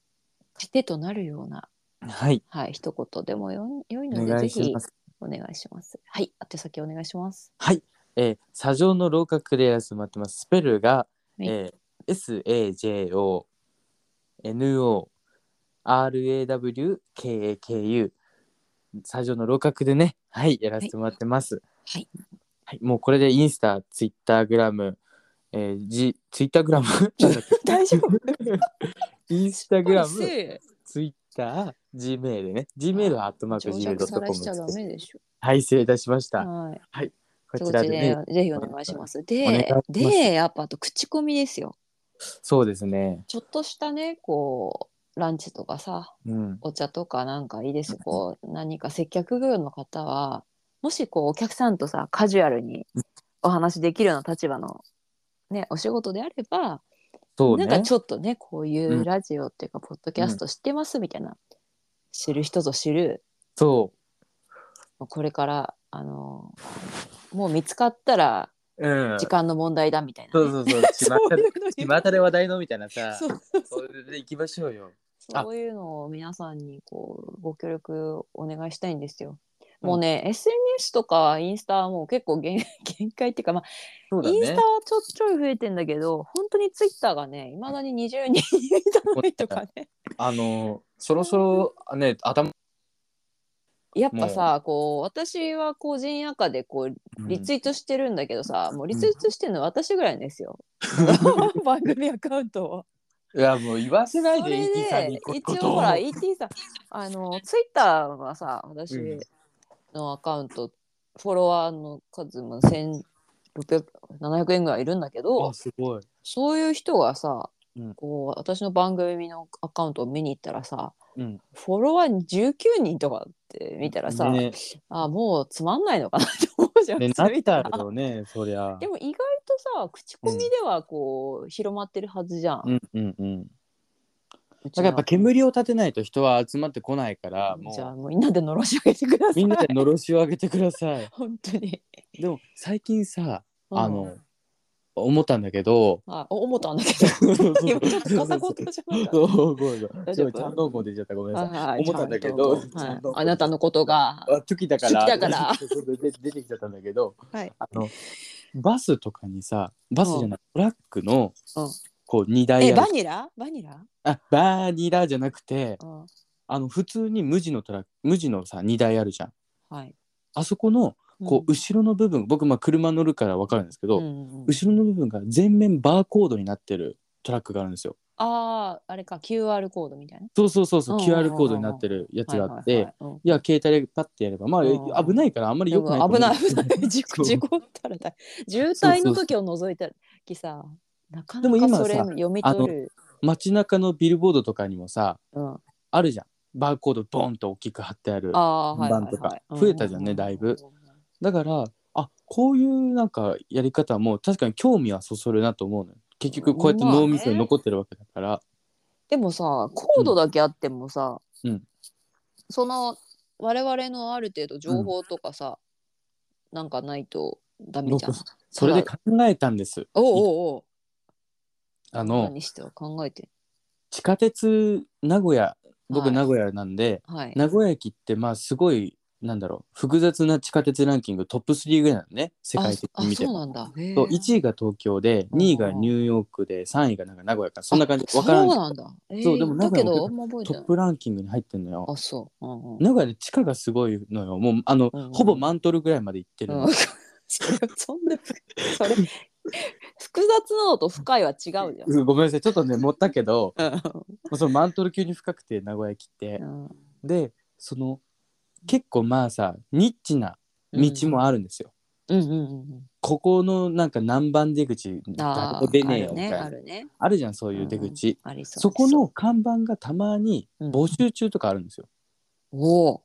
糧となるような、はいはい、一言でもよ良いおので願ぜいしひますお願いします。はい、宛先お願いします。はいえー、砂上の廊下クレアス待ってますスペルが、はいえー、SAJONORAWKAKU 砂上の廊下でねはいやらせてもらってますはい、はい、もうこれでインスタツイッターグラムえー、じツイッターグラ ムなんだっけ大丈夫 インスタグラム先ツイッター、G メールね。G メールはアットマーク生情弱さらしちゃダ Gmail.com です。メでしょ。はい、失礼いたしました。はい、こ承ち知らででね。ぜひお願いします。お願いでしま、すで、やっぱあと口コミですよ。そうですね。ちょっとしたね、こうランチとかさ、うん。お茶とかなんかいいです。こう何か接客業の方はもしこうお客さんとさカジュアルにお話しできるような立場のねお仕事であれば、そうなんかね。ちょっとねこういううんラジオっていうかポッドキャスト知ってますみたいな、知る人ぞ知るそこれからあのもう見つかったらう。うん。時間の問題だみたいなそね、う そうそう。そういうの巷にで巷で話題のみたいなさ。そうそれで行きましょうよ。あそういうのを皆さんにこうご協力お願いしたいんですよ。もうね、SNS とかインスタはもう結構 限限界っていうか、まあそうだインスタねは。ちょちょい増えてんだけど本当にツイッターがねいまだに20人に満たないとかねあの、そろそろね、頭。やっぱさこう私は個人赤でこうリツイートしてるんだけどさ、もうリツイートしてるの私ぐらいで すよ、 番組アカウントを。いや、もう言わせないそで、れ ET さんにでこ一こと応ほらを ET さんあのツイッターはさ私うんのアカウント、フォロワーの数も1600円ぐらいいるんだけどあ、すごい。そういう人がさ、うんこう私の番組のアカウントを見に行ったらさうん。フォロワー19人とかって見たらさ、ね、あもうつまんないのかなって思うじゃ ん、ね普通な見ったたらろうね、そりゃで。も意外とさ口コミではこう、広まってるはずじゃん、うんうんうん。うちだかのらやっぱ煙を立てないと人は集まってこないからもじゃあうもうみんなでのろし上げてくださいみんなでのろしを上げてください 本当に。でも最近さうんあの、思ったんだけどあ、お思ったんだけど。今ちょっと片言じゃないかそうそう ごめんなさ大い丈ち夫ょっと堪能語出ちゃったごめんな。なさいはいはい思ったんだけどちゃんちとゃんはいとあなたのことが。あ時だから時だからそうそうで 出てきちゃったんだけどはい。あのバスとかにさバスじゃないトラックの、うんこう荷台え、あバるニラバニラあバーニラじゃなくてうん。あの普通に無地のトラック無地のさ荷台あるじゃんはい。あそこのこう後ろの部分僕まあ車乗るから分かるんですけど、ろ後ろの部分が全面バーコードになってるトラックがあるんですよ。ああ、あれか、QR コードみたいな。そうそうそうそううんうんうんうん QR コードになってるやつがあって、はいいはいはいや携帯でパッてやればまうんあ危ないからあんまりう良んくないでも危ない と思う危ない。事故事故ったら大渋滞の時を除いたきさ、なかでもなか今それさ読み取る。街中のビルボードとかにもさうん。ああるじゃんバーコードボンと大きく貼ってあるあー、はいはい看板とはかい。う増えたじゃんねだいぶ。ううだからあこういうなんかやり方も確かに興味はそそるなと思うのよ結局こうやって脳みそに残ってるわけだから、でもさコードだけあってもさ、うんその我々のある程度情報とかさ、なんかないとダメじゃん。僕それで考えたんですおうおうおうあの何しては考えて地下鉄名古屋僕はい名古屋なんで、はい。名古屋駅ってまあすごいなんだろう複雑な地下鉄ランキングトップ3ぐらいなのね世界的あに見てそうも。なんだ。へえそう1位が東京でうん2位がニューヨークで3位がなんか名古屋かそんな感じそわからうんけなんだ。えー、そうでもだけど名あんま覚どトえてッない。プランキングに入ってんのよあそう。うんうん。名古屋で地下がすごいのよもうあの、うんほぼマントルぐらいまで行ってるうの、ん それそんなそれ複雑なのと深いは違うじゃんうん ごめんなさいちょっとね持ったけどうまあそのマントル級に深くて名古屋駅ってんでその結構まあさニッチな道もあるんですよ、うんうんうんここのなんか南蛮出口うん誰あーも出ねえよみたいなああるるねじゃんそういう出口、あるねありそうそこの看板がたまにうん募集中とかあるんですよ、おお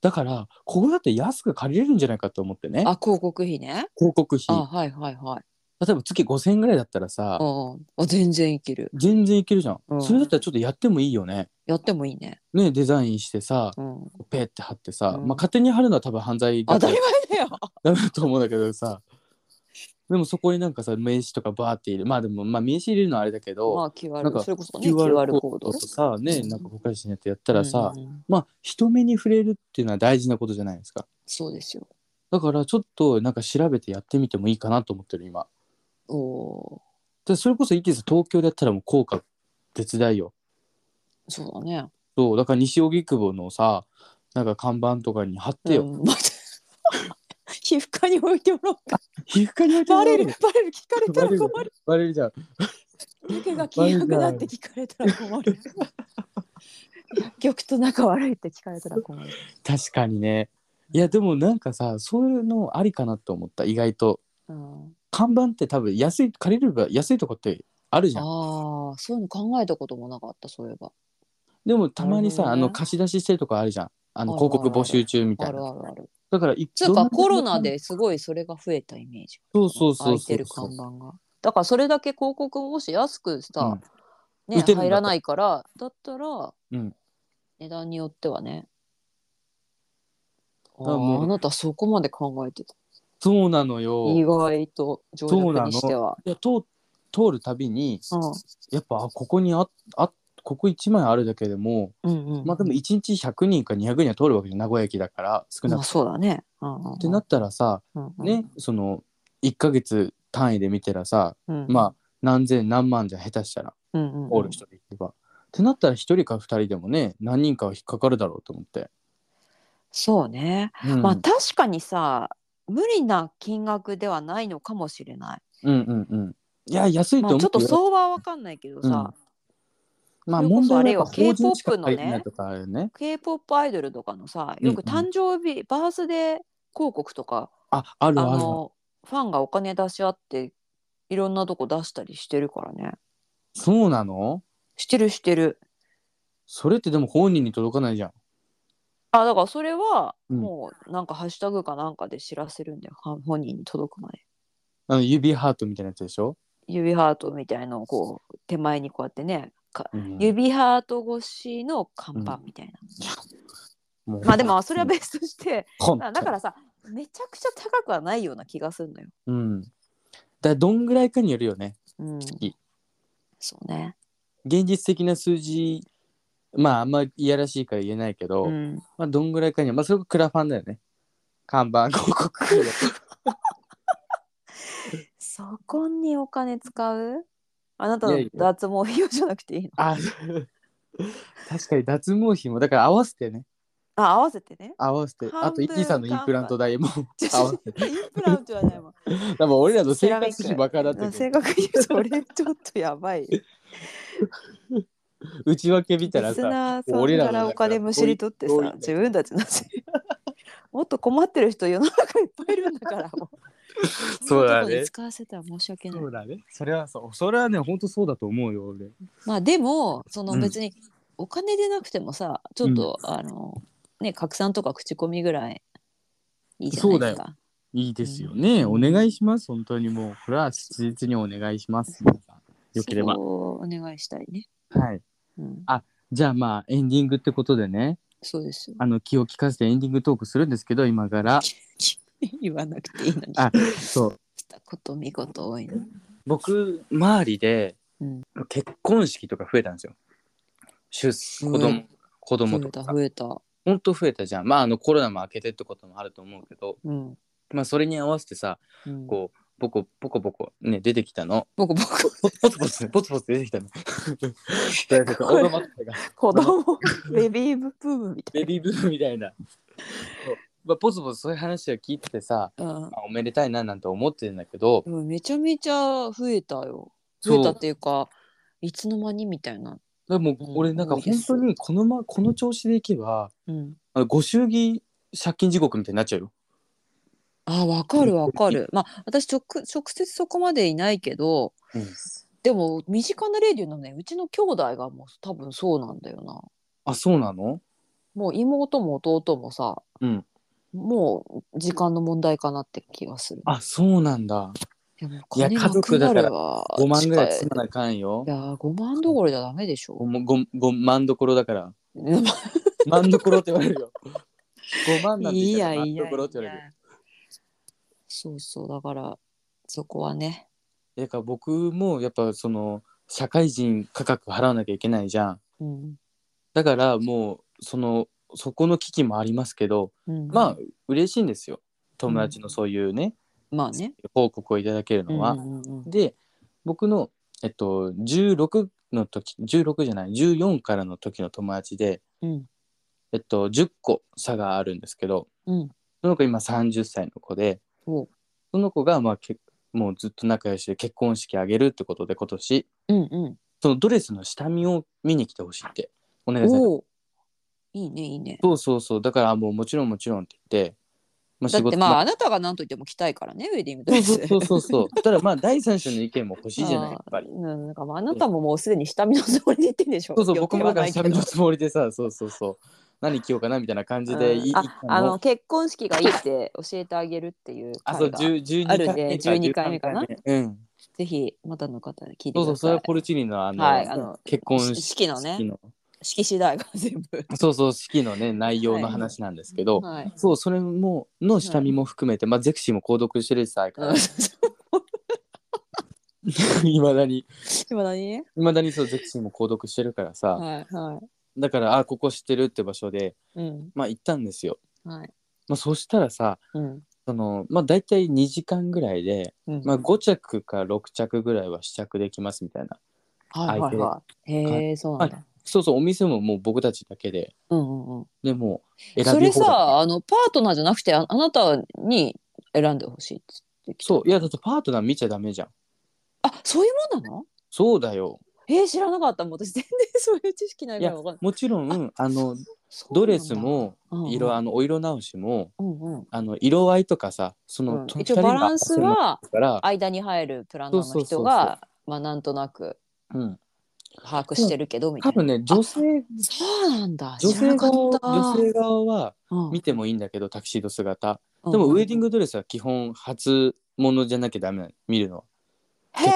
だからここだって安く借りれるんじゃないかと思ってねあ広告費ね広告費あはいはいはい例えば月5,000円ぐらいだったらさああ全然いける全然いけるじゃん、うんそれだったらちょっとやってもいいよねやってもいいねねデザインしてさうんペって貼ってさ、うんまあ勝手に貼るのは多分犯罪当だかたらり前だよダ メだと思うんだけどさでもそこになんかさ名刺とかバーって入れまあでもまあ名刺入れるのはあれだけど、まあ QR なんか それこそね QR コードとさねうんなんか国家にやってやったらさ、うんうんまあ人目に触れるっていうのは大事なことじゃないですかそうですよだからちょっとなんか調べてやってみてもいいかなと思ってる今おおでそれこそイキス東京でやったらもう効果絶大よーそうだねそうだから西荻窪のさなんか看板とかに貼ってよ、うん待って 皮膚科に置いてもらおうか皮膚科に置いてもらバレうるよバレる聞かれたらバレる困るバレるじゃん肉が黄色くなって聞かれたら困る薬局と仲悪いって聞かれたら困る確かにねいやでもなんかさそういうのありかなと思った意外とうん看板って多分安い借りれば安いとこってあるじゃんああそういうの考えたこともなかったそういえばでもたまにさ、なあるほどねの貸し出ししてるとこあるじゃんあのある広告募集中みたあいるなあるあるだからいつうかコロナですごいそれが増えたイメージそうそうそうそう空いてる看板がだからそれだけ広告もし安くさ、打ねてるんだ入らないからだったら、うん値段によってはねあらもーうあなたそこまで考えてたそうなのよ意外と上そうな手のにしてはいや通通るたびにうんやっぱあここにああここ1枚あるだけでもうんうんまあでも1日100人か200人は通るわけじゃん名古屋駅だから少なまあくそうだね。うんうんうんってなったらさ、うんうんね、その1ヶ月単位で見たらさ、うんまあ何千何万じゃん下手したらうんうんうんオール一人行けば。ってなったら一人か二人でもね何人かは引っかかるだろうと思って。そうね。うんまあ確かにさ無理な金額ではないのかもしれない。うんうんうん。いや安いとまあ思うちょっとよ相場はわかんないけどさ、まあそれこ問そ題あはれやよっぱ法人しか K-POP の入ねってないとかあるよね。 K-POP アイドルとかのさよくうんうん誕生日、バースデー広告とかああるあある。のファンがお金出し合っていろんなとこ出したりしてるからね。そうなのしてるしてる。それってでも本人に届かないじゃん。あだからそれはうんもうなんかハッシュタグかなんかで知らせるんだよ、は本人に届くまで。あの指ハートみたいなやつでしょ、指ハートみたいのをこう手前にこうやってねかうん指ハート越しの看板みたいな、うまあでもそれは別として、本当だにからさめちゃくちゃ高くはないような気がするのよ、うん。だからどんぐらいかによるよね。うん、月そうね、現実的な数字まああんまいやらしいから言えないけど、うん、まあどんぐらいかにはまあそれがクラファンだよね看板広告 そこにお金使うあなたいやのいや脱毛費用じゃなくていいのあ確かに脱毛費もだから合わせてねあ合わせてね合わせてあと半分イッキーさんのインプラント代も ちょ合わせてインプラントじゃないもん多分俺らの生活セラミッ費クバカだってうんく正る確に言うと俺ちょっとやばいよ内訳見たらリスさナーさ俺んらかのら中お金むしり取ってどういさう自分たちのせいもっと困ってる人世の中いっぱいいるんだからもうそうだねんなとこに使わせたら申し訳ない、そうだねそれはさそれはねほんとそうだと思うよ俺まあでもそうのん別にお金でなくてもさちょっと、あのね拡散とか口コミぐらいいいじゃないですかいいですよね、うんお願いします本当にもうこれは切実にお願いしますよければそこをお願いしたいね、はいうん、じゃあまあエンディングってことでねそうですよ あの気を利かせてエンディングトークするんですけど今から言わなくていいのにあそうしたこと見事多いの僕周りでうん結婚式とか増えたんですよ出子供、増え子供増とえたかさ増えたほんと増えたじゃんまああのコロナも明けてってこともあると思うけど、うん、まあ、それに合わせてさうん、こうボコボコボコね出てきたの僕僕ポポツポツポツポツ出てき たのだいぶ 子供たちが子供ベビーブームみたいベな。ビーブームみたいなまあ、ポツポツそういう話を聞いててさ、うんあおめでたいななんて思ってるんだけどで、もめちゃめちゃ増えたよそう増えたっていうかいつの間にみたいな、でもうん俺なんか多いで本す当にこの,、ま、この調子でいけば、うん、あのご祝儀借金地獄みたいになっちゃうよ。あわかるわかるまあ私直直接そこまでいないけどでも身近な例で言うのねうちの兄弟がもう多分そうなんだよなあそうなのもう妹も弟もさ、うんもう時間の問題かなって気がするあそうなんだ。いやもういや金家な族くだかならるわ5万ぐらい積近まなあかんよい。やー5万どころじゃダメでしょ 5, 万どころだから。い万どころって言われ るよ。5万なんて言っいたらや万いどやころって言われるよ。そうそうだからそこはねだから僕もやっぱその社会人価格払わなきゃいけないじゃん。うん、だからもうそのそこの危機もありますけど、うん、まあ嬉しいんですよ。友達のそういうね、まあね報告をいただけるのは。うんうんうんで僕の、えっと、16の時16じゃない14からの時の友達で、うんえっと、10個差があるんですけどうんその子今30歳の子でおその子が、まあ、けもうずっと仲良しで結婚式あげるってことで今年うんうんそのドレスの下見を見に来てほしいってお願いされたおーいいねいいねそうそうそうだからあもうもちろんもちろんって言って、まあ、だってまあああなたが何と言っても着たいからねウェディングドそレうスそうそうそうそうただまあ第三者の意見も欲しいじゃない あーやっぱりうん、なんかまああなたももうすでに下見のつもりで言ってんでしょそうそう、僕もだから予定下は見ないけのどつもりでさ、そうそうそう。何着ようかなみたいな感じで、いいうんああの、結婚式がいいって教えてあげるっていうあ、そう、会がぜ10 12あ回目るねか12回目かな13回目うん。ひまたの方で聞いてそうそくだう、それさはいポルチーニのあの、はいあの結婚し式のね式の式次第が全部そうそう、式のね、内容の話なんですけど、はいそう、それも、の下見も含めて、まあ、ゼクシーも購読してるしさ、うん いまだに、今何ねいまだにそう、ゼクシーも購読してるからさ、はいはいだから、あ、ここ知ってるって場所で、うんまあ、行ったんですよ。はいまあ、そしたらさ、うんその、まあ、大体2時間ぐらいで、うんまあ、5着か6着ぐらいは試着できますみたいなはいはいはいへえそうなんだそうそうお店ももう僕たちだけでうんうんうんでもうそ選びれ放題さあのパートナーじゃなくてああなたに選んでほしいって言ってきたそういやだってパートナー見ちゃダメじゃんあそういうもんなのそうだよえー、知らなかったもう私全然そういう知識ないからわかんないもちろんあのそうなんだドレスもうんうん色、あのお色直しもうんうんあの色合いとかさそうの、んと一応バランス二人の合わはせるものだから、間に入るプランナーそうのそうそうそう人がまあなんとなくうん、把握してるけどみた多いな分ね女性そうなんだ女知ら性なかっ側をた女性側はうん見てもいいんだけどタキシード姿でもウェディンググドレスは基本初物じゃなきゃダメなの見るのはへ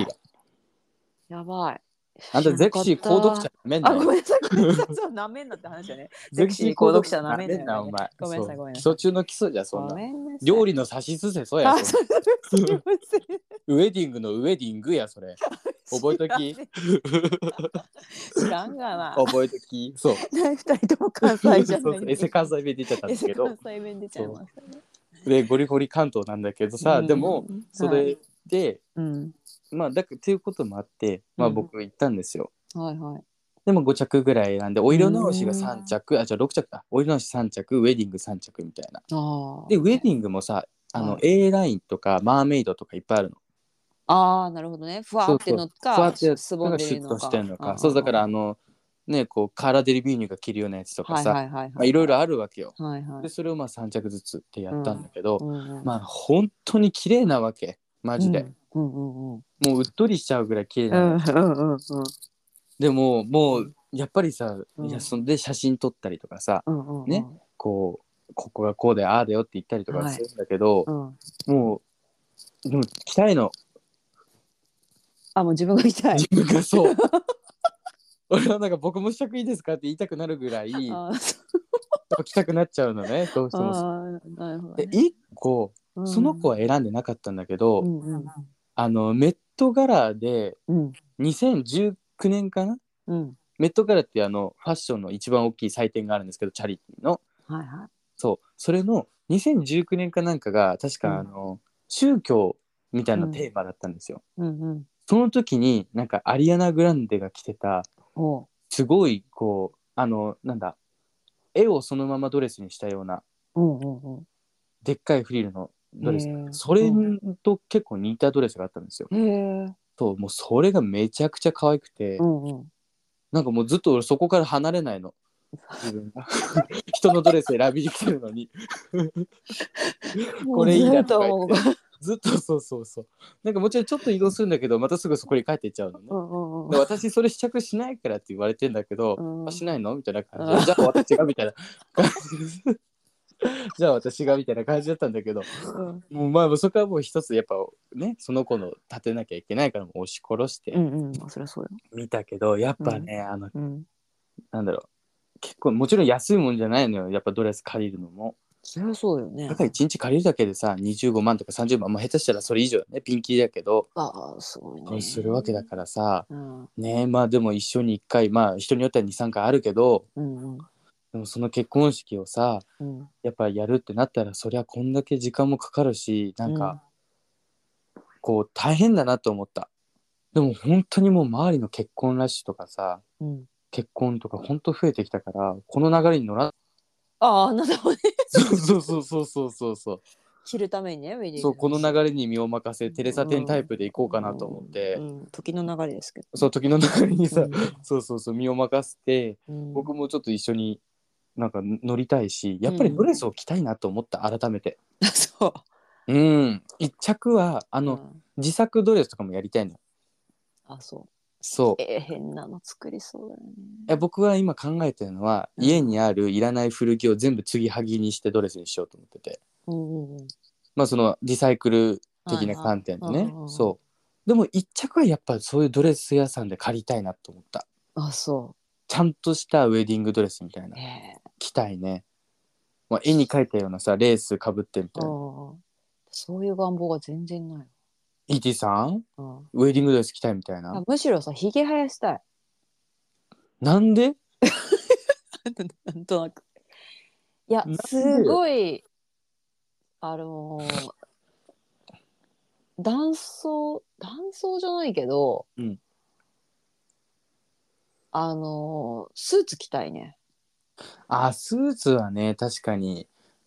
いいえややばいあんたゼクシー購読者知なめんらななかったあよごめんなさいごめんなさいそうなめんなって話だねゼゼククシシー購ー購読読者者ななめめんんななよよお前ごめんなさそういご基めんなさい礎中の基礎じゃそんごなめんなさい料理の指しすせそうやあそそうすいませんウェディングのウェディングやそれ覚えとき知らんがな覚えときそう二人とも関西じゃそなういそうエセ関西弁出ちゃったんエですセけど関西弁出ちゃいましたねでゴリゴリ関東なんだけどさ、うんでもそはれいで、うんまあだっていうこともあってまあうん僕行ったんですよ、はいはいでも5着ぐらい選んでお色直しがうん3着あじゃあ6着かお色直し3着ウェディング3着みたいなああでウェディングもさあのは A ラインとかマーメイドとかいっぱいあるのああなるほどねふわってのかふわってやつすぼんでシュるッのとかしてるのかそうだからあのねこうカーラ・デリビーニが着るようなやつとかさ、はいはいはいまあ、はいろいろろあるわけよはいはでいそれをまあ3着ずつってやったんだけど、うんうんまあ本当に綺麗なわけマジで、うんうんうんもううっとりしちゃうぐらい綺麗うなの、んうんうんでももうやっぱりさ、うんいやそんで写真撮ったりとかさうんうんねこうここがこうでああだよって言ったりとかするんだけど、うんもうでも着たいのあもう自分が痛い自分がそう 俺はなんか僕も試着いいですかって言いたくなるぐらい あーそうやっぱ来たくなっちゃうのねどうしても。あーなるほどでね1個うんその子は選んでなかったんだけど、うんうんあのメットガラでうん2019年かなうんメットガラっていうあのファッションの一番大きい祭典があるんですけどチャリティーのはいはいそうそれの2019年かなんかが確うかんあの、宗教みたいなテーマだったんですよ。うんうんその時になんかアリアナ・グランデが着てたおうすごいこうあのなんだ絵をそのままドレスにしたようなうんうんうんでっかいフリルのドレス、へーそれうんと結構似たドレスがあったんですよ、へえそうもうそれがめちゃくちゃ可愛くて、うんうんなんかもうずっと俺そこから離れないの自分が 人のドレス選びに来てるのにこれいいなとか言ってもうずずっっとそうそうそうなんかもちろんちょっと移動するんだけどまたすぐそこに帰っていっちゃうのねとうんうんで私それ試着しないからって言われてんだけど、うんあしないのみたいな感じでじゃあ私がみたいな 感じですじゃあ私がみたいな感じだったんだけどうんもうまあそこはもう一つやっぱねその子の立てなきゃいけないからもう押し殺しうてんうんそりゃそうよ見たけど、やっぱね、あのうんなんだろう結構もちろん安いもんじゃないのよやっぱドレス借りるのもそりゃそうよねだから1日借りるだけでさ25万とか30万、まあ、下手したらそれ以上だねピンキリだけどああすごいねするわけだからさうんうんねえまあでも一緒に1回まあ人によっては23回あるけどうんでもその結婚式をさうんやっぱやるってなったらそりゃこんだけ時間もかかるしなんかこう大変だなと思った、でも本当にもう周りの結婚ラッシュとかさうん結婚とか本当増えてきたからこの流れに乗 らあああなたもね そうそうそうそうそうそうそう知るためにねウェディングそうこの流れに身を任せテレサ・テンタイプでいこうかなと思って、うんうん時の流れですけどそう時の流れにさ、うんそうそうそう身を任せてうん僕もちょっと一緒になんか乗りたいしやっぱりドレスを着たいなと思った改めて そううん、一着はああの、自作ドレスとかもやりたいのあそうそうえー変なの作りそうだよねいや僕は今考えてるのは、うん家にあるいらない古着を全部継ぎはぎにしてドレスにしようと思っててうんうんうんまあそのリサイクル的なはいはい観点でね、うんうんそうでも一着はやっぱそういうドレス屋さんで借りたいなと思ったあそちゃんとしたウェディングドレスみたいうなええ着たいね、まあ、絵に描いたようなさレースかぶってみたいなああそういう願望が全然ない ET さんわ、うんウェディングドレス着たいみたいあなむしろさひげ生やしたいなんでなんとなくいやなんですごいあのー断層断層じゃないけど、うんあのースーツ着たいね、あスーツはね確かに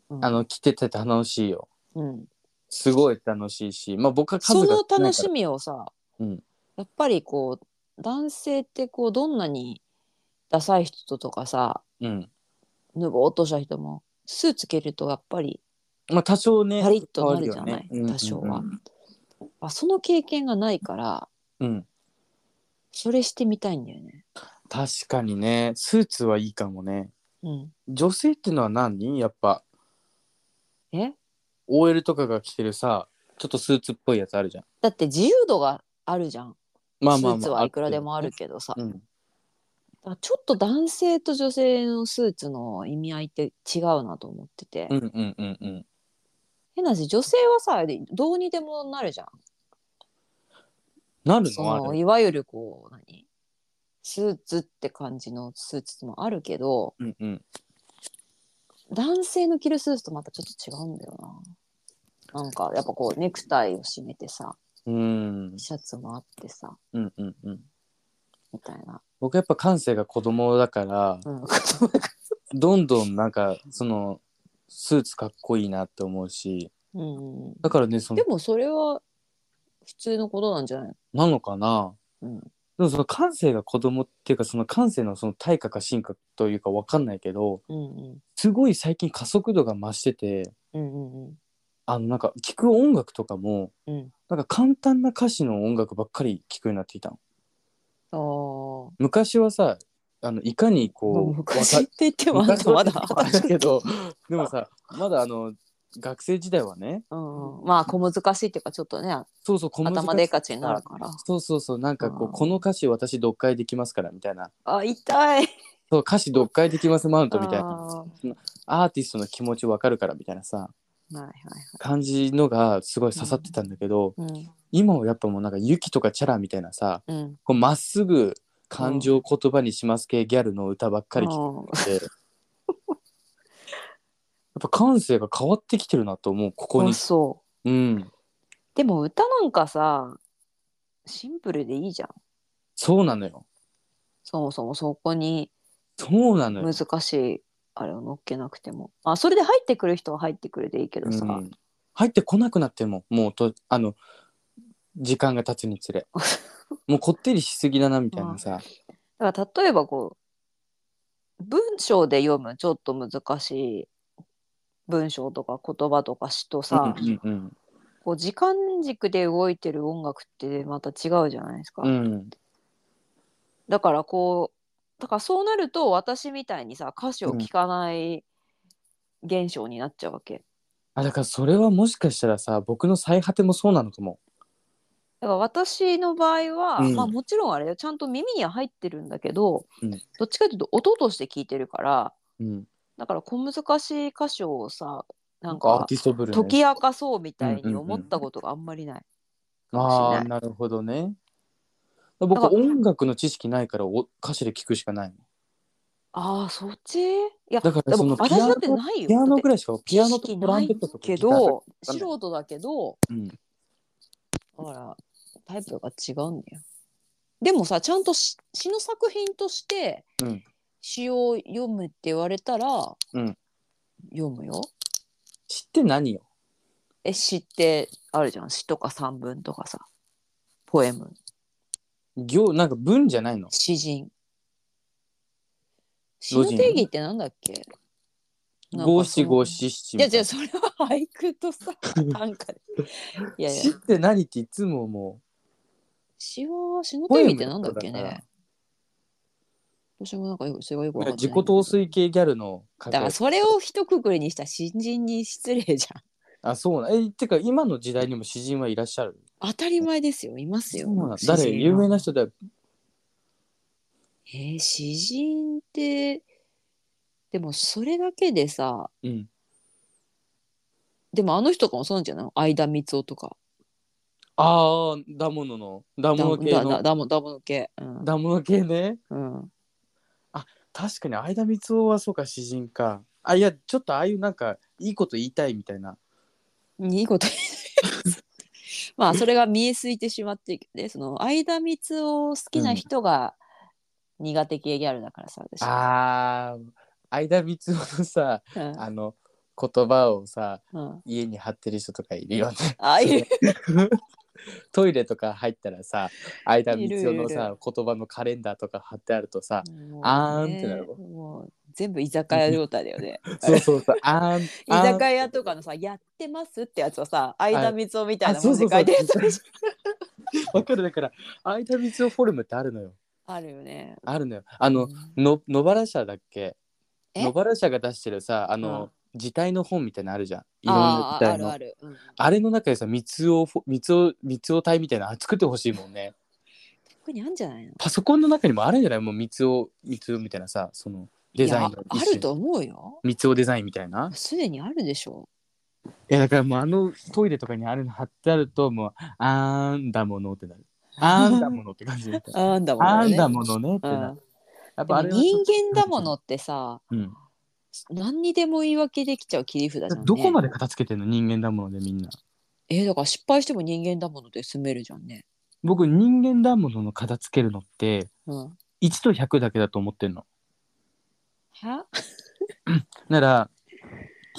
うんあの着てて楽しいようん、すごい楽しいしまあ僕は数が少そないのから楽しみをさ、うんやっぱりこう男性ってこうどんなにダサい人とかさうんぬぼーっとした人もスーツ着るとやっぱりまあ多少ね。パリッとなるじゃな変わい、るよね多少は、うんあその経験がないからうんうんそれしてみたいんだよね確かにね、スーツはいいかもね。うん女性ってのは何やっぱ、え OL とかが着てるさ、ちょっとスーツっぽいやつあるじゃん。だって自由度があるじゃん、まあまあまあ。スーツはいくらでもあるけどさ、うん。だからちょっと男性と女性のスーツの意味合いって違うなと思ってて、うんうんうんうん。変なし女性はさどうにでもなるじゃんなるそののあれ。いわゆるこう何スーツって感じのスーツもあるけどうんうん。男性の着るスーツとまたちょっと違うんだよななんかやっぱこうネクタイを締めてさうんシャツもあってさうんうんうん。みたいな、僕やっぱ感性が子供だから、うん、どんどんなんか、その、スーツかっこいいなって思うし、うん、だからね、そので、もそれは普通のことなんじゃないなのかなうんでもその感性が子供っていうかその感性のその対価か進化というかわかんないけどうんうんすごい最近加速度が増しててうんうんうんあのなんか聴く音楽とかも、うんなんか簡単な歌詞の音楽ばっかり聴くようになってきたのあー昔はさあのいかにまあこう昔わって言ってもあん昔たまだは あれだけどでもさまだあの学生時代はねうん、まあ小難しいっていうかちょっとねそうそう小難しい頭でかちになるからそうそうそうなんかこううんこの歌詞私読解できますからみたいなあ痛いそう歌詞読解できますマウントみたいなあアーティストの気持ちわかるからみたいなさーはいはい感じのがすごい刺さってたんだけど、はい今はやっぱもうなんか「雪」とか「チャラ」みたいなさうんうんこうまっすぐ感情を言葉にします系ギャルの歌ばっかり聴あーいて、やっぱ感性が変わってきてるなと思うここにあ。そううんでも歌なんかさシンプルでいいじゃんそうなのよそもそもそこにそうなのよ難しいあれを乗っけなくてもあそれで入ってくる人は入ってくるでいいけどさ、うん入ってこなくなってももうとあの時間が経つにつ れもうこってりしすぎだなみたいなさ、だから例えばこう文章で読むちょっと難しい文章とか言葉とか詩とさ、うんうんこう時間軸で動いてる音楽ってまた違うじゃないですか。うんうんだからこうだからそうなると私みたいにさ歌詞を聞かない現象になっちゃうわけ。あだからそれはもしかしたらさ僕の最果てもそうなのかもだから私の場合は、うんまあもちろんあれよちゃんと耳には入ってるんだけど、うんどっちかというと音として聞いてるからうんだから小難しい歌詞をさななんんかアーかティストぶる解ねき明かそうみたいにうんうん思うんったことがあんまりない。あかもしれなあいなるほどねだ僕から音楽の知識ないからお歌詞で聞くしかないああそっちいやだからそのでもピア私ノだってないよピアノだってぐらいしかピアノと知識トなラいンペットとかけギターとどか素人だけどかうんだからタイプが違うんだよ。でもさちゃんと詩詩の作品としてうん詩を読むって言われたら、うん読むよ。知って何よえ詩ってあるじゃん詩とか散文とかさポエム行なんか文じゃないの詩人詩語の人定義ってなんだっけなんか五そ七の五七七いやじゃあそれは俳句 とさ短歌でいやい知っやて何っていつもも詩は詩のポ定エ義ムってなんだっけだからね私もなんかよくそれがよくうわなんかんかない自己陶酔系ギャルのだ格からそれを一括りにした新人に失礼じゃんあそうなえってか今の時代にも詩人はいらっしゃる当たり前ですよいますよそうなの詩人は誰有名な人だよえー詩人ってでもそれだけでさうんでもあの人とかもそうなんじゃない相田みつおとかああだもののだだもの系だだのだもだもの系うん、だもの系ねうん、確かに相田光雄はそうか詩人かあいやちょっとああいうなんかいいこと言いたいみたいないいことまあそれが見えすいてしまってるけどねその相田みつお好きな人が苦手系ギャルだからさ私は、あー相田光雄のさうんあの言葉をさうん、家に貼ってる人とかいるよねあいる トイレとか入ったらさ相田光雄いるいのるいさ言葉のカレンダーとか貼ってあるとさもうあーんってなるわもう全部居酒屋状態だよねそうそうそうあーん 居酒屋とかのさ「やってます」ってやつはさ相田みつおみたいなあそ文うそうそう字書いてるやつでし ょわかるだから相田光雄フォルムってあるのよ あるよね。あるのよあうのんの野原社だっけえ野原社が出してるさあの、字体の本みたいなのあるじゃんいろんなあ字ー体あるのあある、うんれの中でさ三つお三つお三つお体みたいなの作ってほしいもんね特にあるんじゃないのパソコンの中にもあるんじゃないもう三つお三つおみたいなさそのデザインいのやあると思うよ。三つおデザインみたいなすでにあるでしょ。いやだからもうあのトイレとかにあるの貼ってあるともうあーんだものってなるあーんだものって感じ みたいなあんだもあーの、んね。だものねってうなるやっんでぱあもれは人間だものってさ、うん何にでも言い訳できちゃう切り札じゃん、ね。どこまで片付けてんの人間だものでみんなえーだから失敗しても人間だもので済めるじゃんね。僕人間だものの片付けるのってうん、 1と100だけだと思ってんの。はなら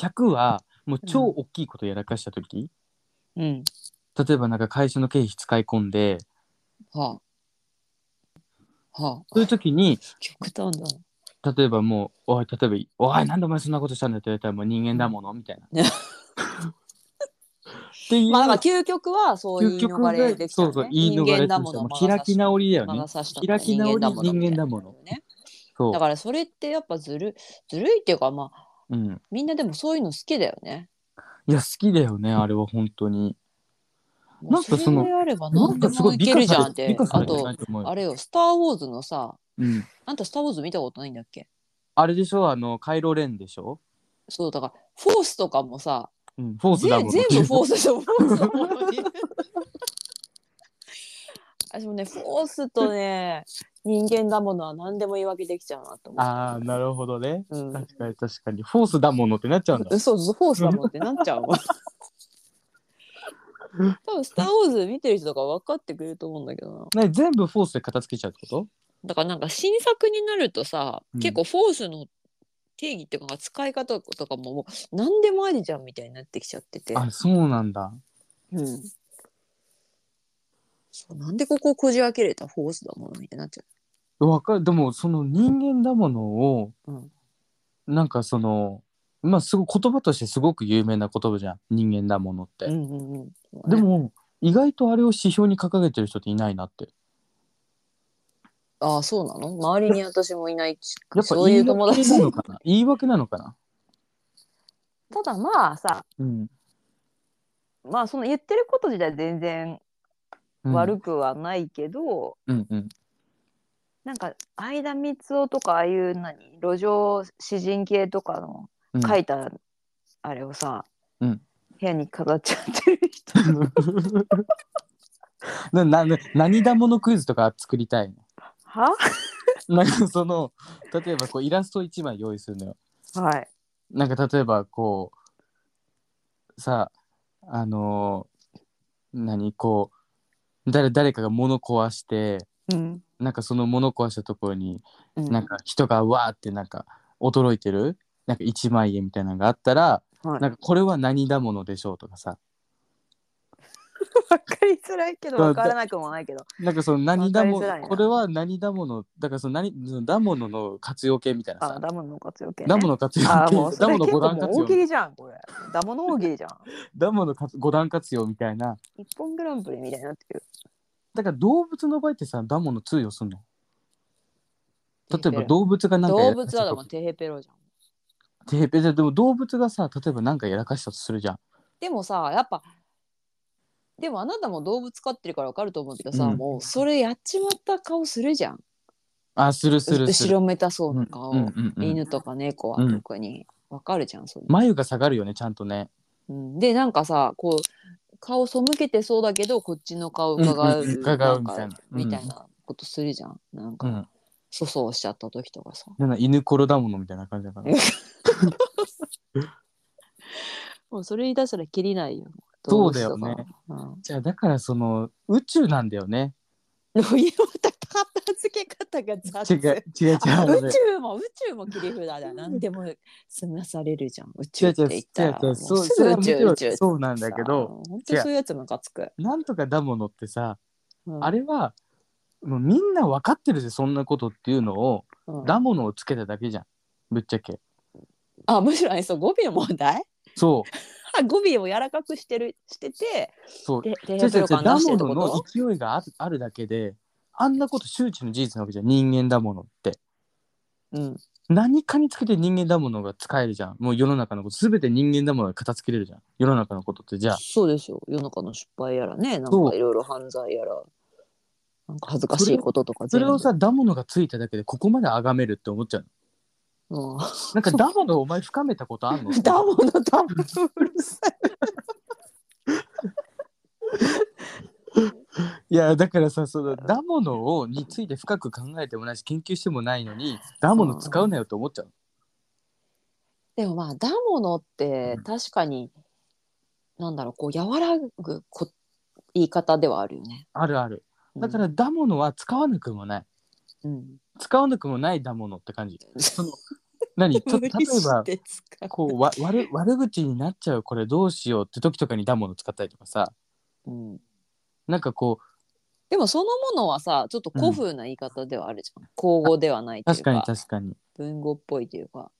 100はもう超大きいことやらかした時、うん。例えばなんか会社の経費使い込んではあ。はあ。そういう時に極端だな。例えばもう「おい例えばおいなんでお前そんなことしたんだ」って言われたらもう人間だものみ たいな。っていう、まあ、まあ究極はそう言い逃れできた、そね。うそう言い逃れと人間だしもてのもう開き直りだよまねだ。さした開き直り人間だものね。そだう、からそれってやっぱずるずるいっていうかまあうん。みんなでもそういうの好きだよね。いや好きだよねあれは本当に。もなうんかそのれあれば何でもいけるじゃんって美化。さあれてなといと思うよあれよ「スター・ウォーズ」のさうん、あんた「スター・ウォーズ」見たことないんだっけあれでしょあのカイロレンでしょ、そうだからフォースとかもさうん、フォースだも全ん全部フォースでもフォースだものに。私もねフォースとね人間だものは何でも言い訳できちゃうなと思う。 ああなるほどねうん確かに確かにフォースだものってなっちゃうんだそうそう、フォースだもんってなっちゃう もん。多分スター・ウォーズ」見てる人とか分かってくれると思うんだけどななに全部フォースで片付けちゃうってことだからなんか新作になるとさ、うん結構フォースの定義っていうか使い方とかももう何でもありじゃんみたいになってきちゃってて、あそうなんだうん、そうなんでこここじ開けれたフォースだものみたいになっちゃわかるでもその人間だものを、うんなんかそのまあすごい言葉としてすごく有名な言葉じゃん人間だものって、う。うんうんうんそうでねも意外とあれを指標に掲げてる人っていないなってああそうなの周りに私もいないし やっぱそういう友達言い訳なのかな言い訳なのかな、ただまあさうんまあその言ってること自体全然うん、悪くはないけど、うんうんなんか相田光雄とかああいう何路上詩人系とかのうん書いたあれをさ、うん部屋に飾っちゃってる人 な なな何だものクイズとか作りたいはの なんかその例えばこうイラスト1枚用意するのよはいなんか例えばこうさあのー何こう誰誰かが物壊してうんなんかその物壊したところにうんなんか人がわーってなんか驚いてるなんか一枚絵みたいなのがあったら、はいなんかこれは何だものでしょうとかさわかりづらいけどわからなくもないけどなんかその何だもわかりづらいなこれは何だものだからその何そのだものの活用形みたいなあさダムの活用権、ね、ダムの活用あもう形そダれムの結五構段もう活大喜用利じゃんこれダムの大喜利じゃんダムの活五段活用みたいな一本グランプリみたいになってるだから動物の場合ってさダムの通用すんの例えば動動物がなんかやらか物しはたでともテヘペロじゃんて別にでも動物がさ例えばなんかやらかしたとするじゃんでもさやっぱでもあなたも動物飼ってるからわかると思うけどさ、うんもうそれやっちまった顔するじゃんあするするす後るろめたそうな顔、うんうんうん犬とか猫は特にわかるじゃん、それ、眉が下がるよねちゃんとねうん、でなんかさこう顔背けてそうだけどこっちの顔伺う,、うんうん伺うみんたいなかうんみたいなことするじゃんなんうか、ん粗相しちゃった時とかさなんか犬ころだものみたいな感じだからもうそれに出したら切りないよそうだよね動物とかじゃあだからその宇宙なんだよねうん、ロイヤルまた片付け方が雑違う違う違うああのね宇宙も宇宙も切り札だ。何でも済まされるじゃん。宇違宙うっ違てう言ったら。違う違もううそうすそれぐは宇もちろん宙宇宙ってさ。そうなんだけど本当にそういうやつムカつく。なんとかだものってさうんあれはもうみんな分かってるぜそんなことっていうのをうんだものをつけただけじゃんぶっちゃけあ、むしろあれそう語尾の問題そうあ語尾を柔らかくしてるしてて、 そうで、違低う違う違評価う出ダしてモるってこノのと勢いがあるあるだけであんなこと周知の事実なわけじゃん人間だものってうん。何かにつけて人間だものが使えるじゃんもう世の中のこと全て人間だものが片付けれるじゃん世の中のことってじゃあそうでしょう。世の中の失敗やらね、なんそうかいろいろ犯罪やら、なんか恥ずかしいこととかそ全れ部。をさダモノがついただけでここまで崇めるって思っちゃうのうん、なんかダモノお前深めたことあん のダモのダモうるさい。いやだからさそのダモノをについて深く考えてもないし研究してもないのにダモノ使うなよって思っちゃうでもまあダモノってうん確かに、なんだろうこう和らぐこ言い方ではあるよね。あるあるうんだからダモノは使わなくもない うん、使わなくもないダモノって感じその何と例えば 無理して使うこうわ悪悪口になっちゃうこれどうしようって時とかにダモノ使ったりとかさうんなんかこでもそのものはさちょっと古風な言い方ではあるじゃん、口語ではないうという確かかに確かに文語っぽいというか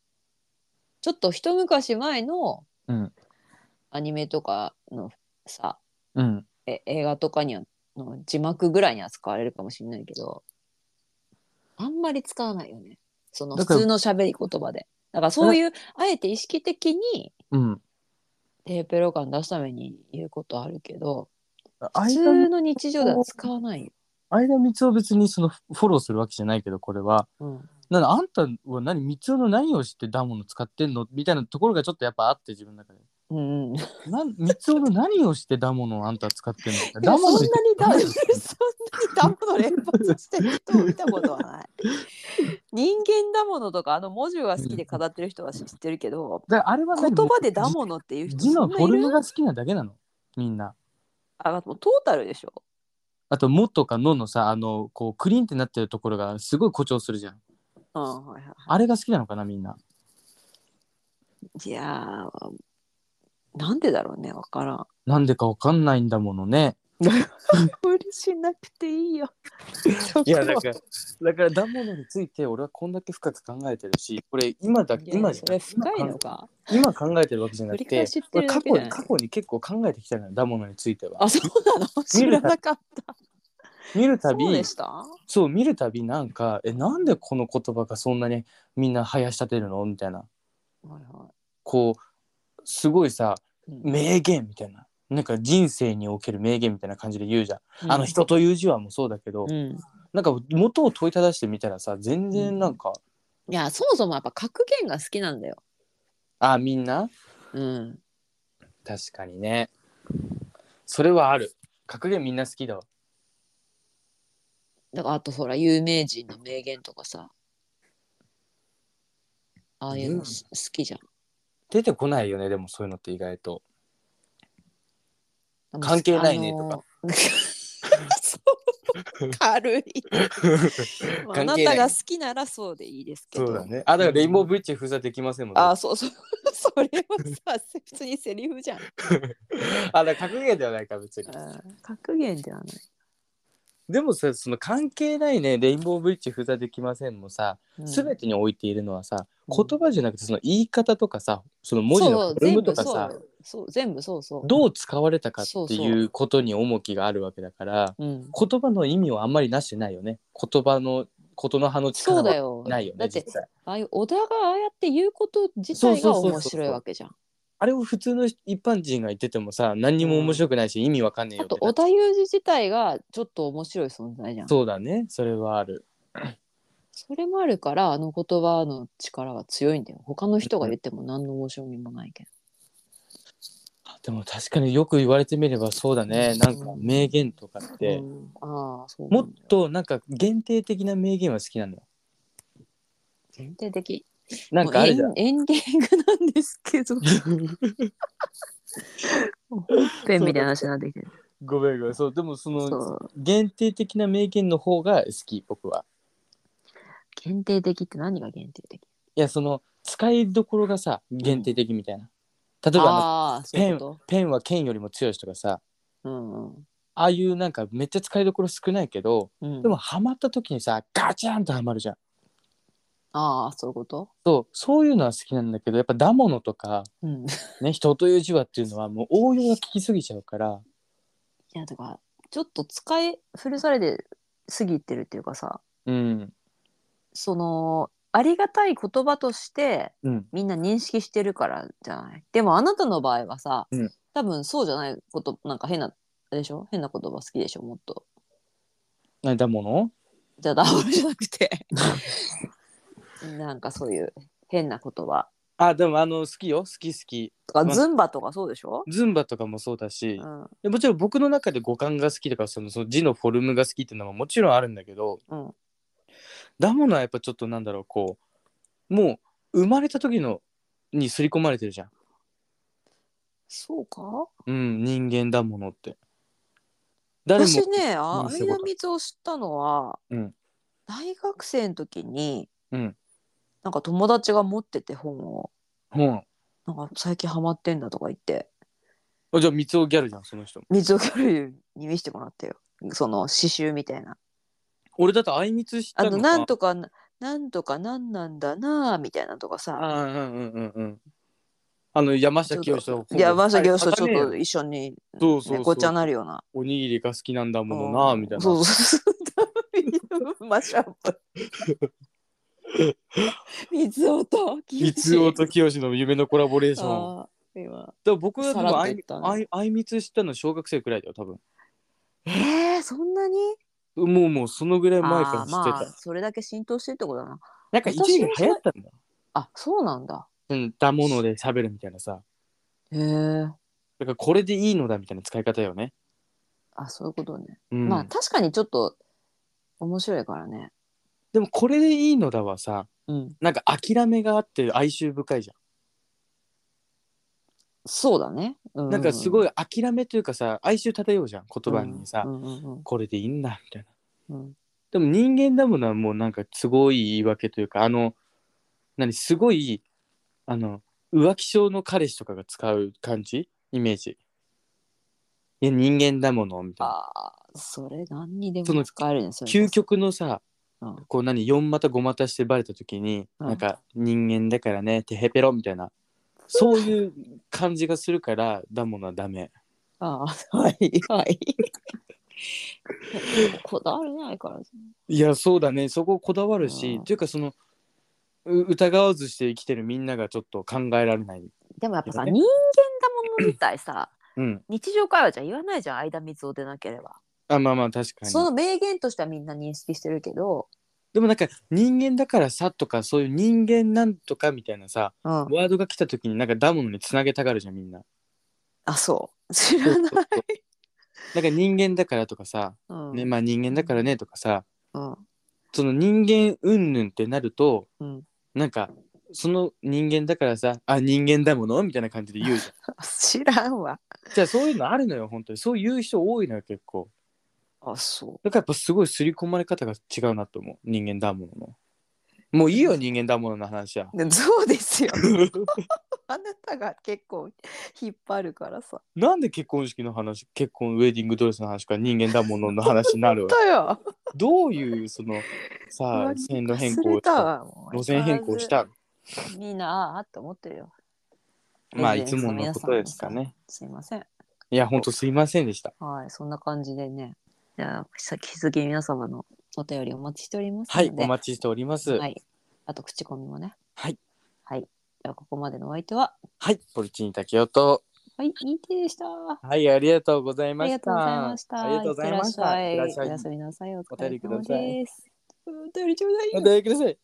ちょっと一昔前のうんアニメとかのさ、うんえ映画とかにはの字幕ぐらいには使われるかもしれないけどあんまり使わないよねそのだ普から通の喋り言葉でだからそういうあえて意識的にうんテーペロ感出すために言うことあるけど普通間の日常では使わないよ、間光雄別にそのフォローするわけじゃないけどこれはうん、なんだあんたは何光雄の何を知ってダモノ使ってんのみたいなところがちょっとやっぱあって自分の中でうんうんなん光雄の何をしてダモノをあんた使ってんのでもモノそんなにダム そんなにダムの連発してる人を見たことはない人間だものとかあの文字が好きで飾ってる人は知ってるけどだからあれは言何葉でダモノっていう人字そのんフないォルるムが好きなだけなのみんなあもうトータルでしょあと「も」とか「の」のさあのこうクリーンってなってるところがすごい誇張するじゃんうんはいはいあれが好きなのかなみんないやーなんでだろうねわからんなんでかわかんないんだものね。無理しなくていいよいやだ からだからだものについて俺はこんだけ深く考えてるしこれ今だいや今じそゃれ深いのか今考えてるわけじゃなく繰り返てし言って俺る過だけ去じゃなにい過去に結構考えてきたのよだものについてはあそうなの知らなかった見るたびそうでしたそう見るたびなんかえなんでこの言葉がそんなにみんな生やし立てるのみたいなはいはこうすごいさいうん名言みたいななんか人生における名言みたいな感じで言うじゃん、あの人という字はもうそうだけど、うんなんか元を問いただしてみたらさ全然なんか、いやそもそもやっぱ格言が好きなんだよあみんなうん確かにねそれはある格言みんな好きだわだからあとほら有名人の名言とかさああいうのす好きじゃん出てこないよねでもそういうのって意外とでも関係ないねとかあ のそう 軽い、まあ、あ関係なないたが好きならそうでいいですけどねあだからレインボーブリッジ封鎖できませんもん、ね、あそうそう それはさ普通にセリフじゃん、あだから格言ではないか別にうん格言ではない、でもさその関係ないねレインボーブリッジ封鎖できませんもさ、うん全てにおいているのはさうん言葉じゃなくてその言い方とかさその文字そのうフォルムとかさ全部そうそう全部そうそうどう使われたかそうってそういうことに重きがあるわけだからうん、言葉の意味をあんまりなしてないよね言葉の言の葉の力そうだはよないよだねって実際ああいう小田がああやって言うこと自そう体そうがそうそう面白いわけじゃんあれを普通の一般人が言っててもさ何にも面白くないし、意味わかんねえよあってとなっ織ちゃう田裕二自体がちょっと面白い存在じゃんそそうだねそれはあるれもあるからあの言葉の力は強いんだよ他の人が言っても何の面白みもないけどあでも確かによく言われてみればそうだねなんか名言とかって、うんああそうなもんっだよとなんか限定的な名言は好きなんだよ限定的なんかあるじゃもんうエンエンディングなんですけどもう本編みたいな話なんでけどごめんごめんそうでもそ そのう限定的な名言の方が好き僕は限定的って何が限定的いやその使いどころがさ限定的みたいな、例えばあのああそういうこペンは剣よりも強しとかさとうんうんああいうなんかめっちゃ使いどころ少ないけどうんでもハマった時にさガチャンとハマるじゃんああそういうことそうそういうのは好きなんだけどやっぱダモノとか、うんね、人という字はっていうのはもう応用が効きすぎちゃうからいやだからちょっと使い古されて過ぎてるっていうかさうんそのありがたい言葉としてうんみんな認識してるからじゃないでもあなたの場合はさ、うん多分そうじゃないことなんか変なあれでしょ変な言葉好きでしょもっと何ダモノじゃあダブルじゃなくてなんかそういう変な言葉あでもあの好きよ好き好きとかまあズンバとかそうでしょ、ズンバとかもそうだしう、んでもちろん僕の中で五感が好きとかそのその字のフォルムが好きっていうのはもちろんあるんだけど、うんダモノはやっぱちょっとなんだろうこうもう生まれた時のに刷り込まれてるじゃん、そうかうん、人間だものって。誰も私ねあうん相田みつを知ったのは、うん大学生の時に、うんなんか友達が持ってて本をうんなんか最近ハマってんだとか言ってあじゃあ三つギャルじゃんその人水をギャルに見せてもらったよその刺繍みたいな俺だとあいみつ知ったあののなんとかななんとかなんなんだなあみたいなとかさあうんうんうんうんあの山下清といやまさきほよぼしとちょはいっ勝と一緒に、ね、たねそうそうそうごっちゃになるようなおにぎりが好きなんだものなうんみたいなそうそうそう マッシュアップ水尾と三つおと清の夢のコラボレーションあー今でも僕はでさらもっとあ言いったねあいあいみつ知ったの小学生くらいだよ多分えー、そんなにもうもうそのぐらい前からあ知っーてた、まあそれだけ浸透してるってことだななんか一時期流行ったんだあそうなんだうんだもので喋るみたいなさへえだからこれでいいのだみたいな使い方よねあそういうことね、うん、まあ確かにちょっと面白いからねでもこれでいいのだはさうんなんか諦めがあって哀愁深いじゃんそうだね、うなんかすごいい諦めというかさ哀愁漂うじゃん言葉にさ、うんうんうんこれでいいんだみたいなうんでも人間だものはもうなんかすごい言い訳というかあの何すごいあの浮気症の彼氏とかが使う感じイメージ。いや、人間だもの、みたいな。ああそれ何にでそのも使えるねそれ究極のさ、うんこう何4股5股してバレた時に、うんなんか人間だからねてへぺろみたいなそういう感じがするからだものはダメああはいはいこだわりないからいやそうだねそここだわるし、うんというかそのう疑わずして生きてるみんながちょっと考えられないでもやっぱさ、ですね人間だものみたいさうん日常会話じゃ言わないじゃん間水を出なければ、あまあまあ確かにその名言としてはみんな認識してるけど、でもなんか人間だからさとかそういう人間なんとかみたいなさうん、ワードが来た時になんかだものにつなげたがるじゃんみ んなあそう 知らないそうそうそうなんか人間だからとかさ、うんねまあ人間だからねとかさ、うん その人間云々ってなるとうんなんかその人間だからさあ人間だものみたいな感じで言うじ ゃあ知らんわんじゃあそういうのあるのよ本当にそういう人多いのよ結構あそだからやっぱすごい刷り込まれ方が違うなと思う人間だもののもういいよ人間だものの話は うでそうですよ あなたが結構引っ張るからさなんで結婚式の話結婚ウェディングドレスの話から人間だものの話になるわだよどういうそのさあ線路変更をした路線変更をしたいいなあって思ってるよまあいつものことですかねすいませんいや本当すいませんでしたはいそんな感じでねじゃあ引き続き皆様のお便りお待ちしておりますのはでいお待ちしております、はいあと口コミもねはいはいではここまでのお相手ははい、ポルチーニ竹雄と。はいいい手でしたはい、ありがとうございあまりしがとうございまたし。た。ありがとうございました。いってらっしゃい。おいらっやしすゃいみなさい。お疲お便れりくだ様さいです。お便りちょうだいお。便りください。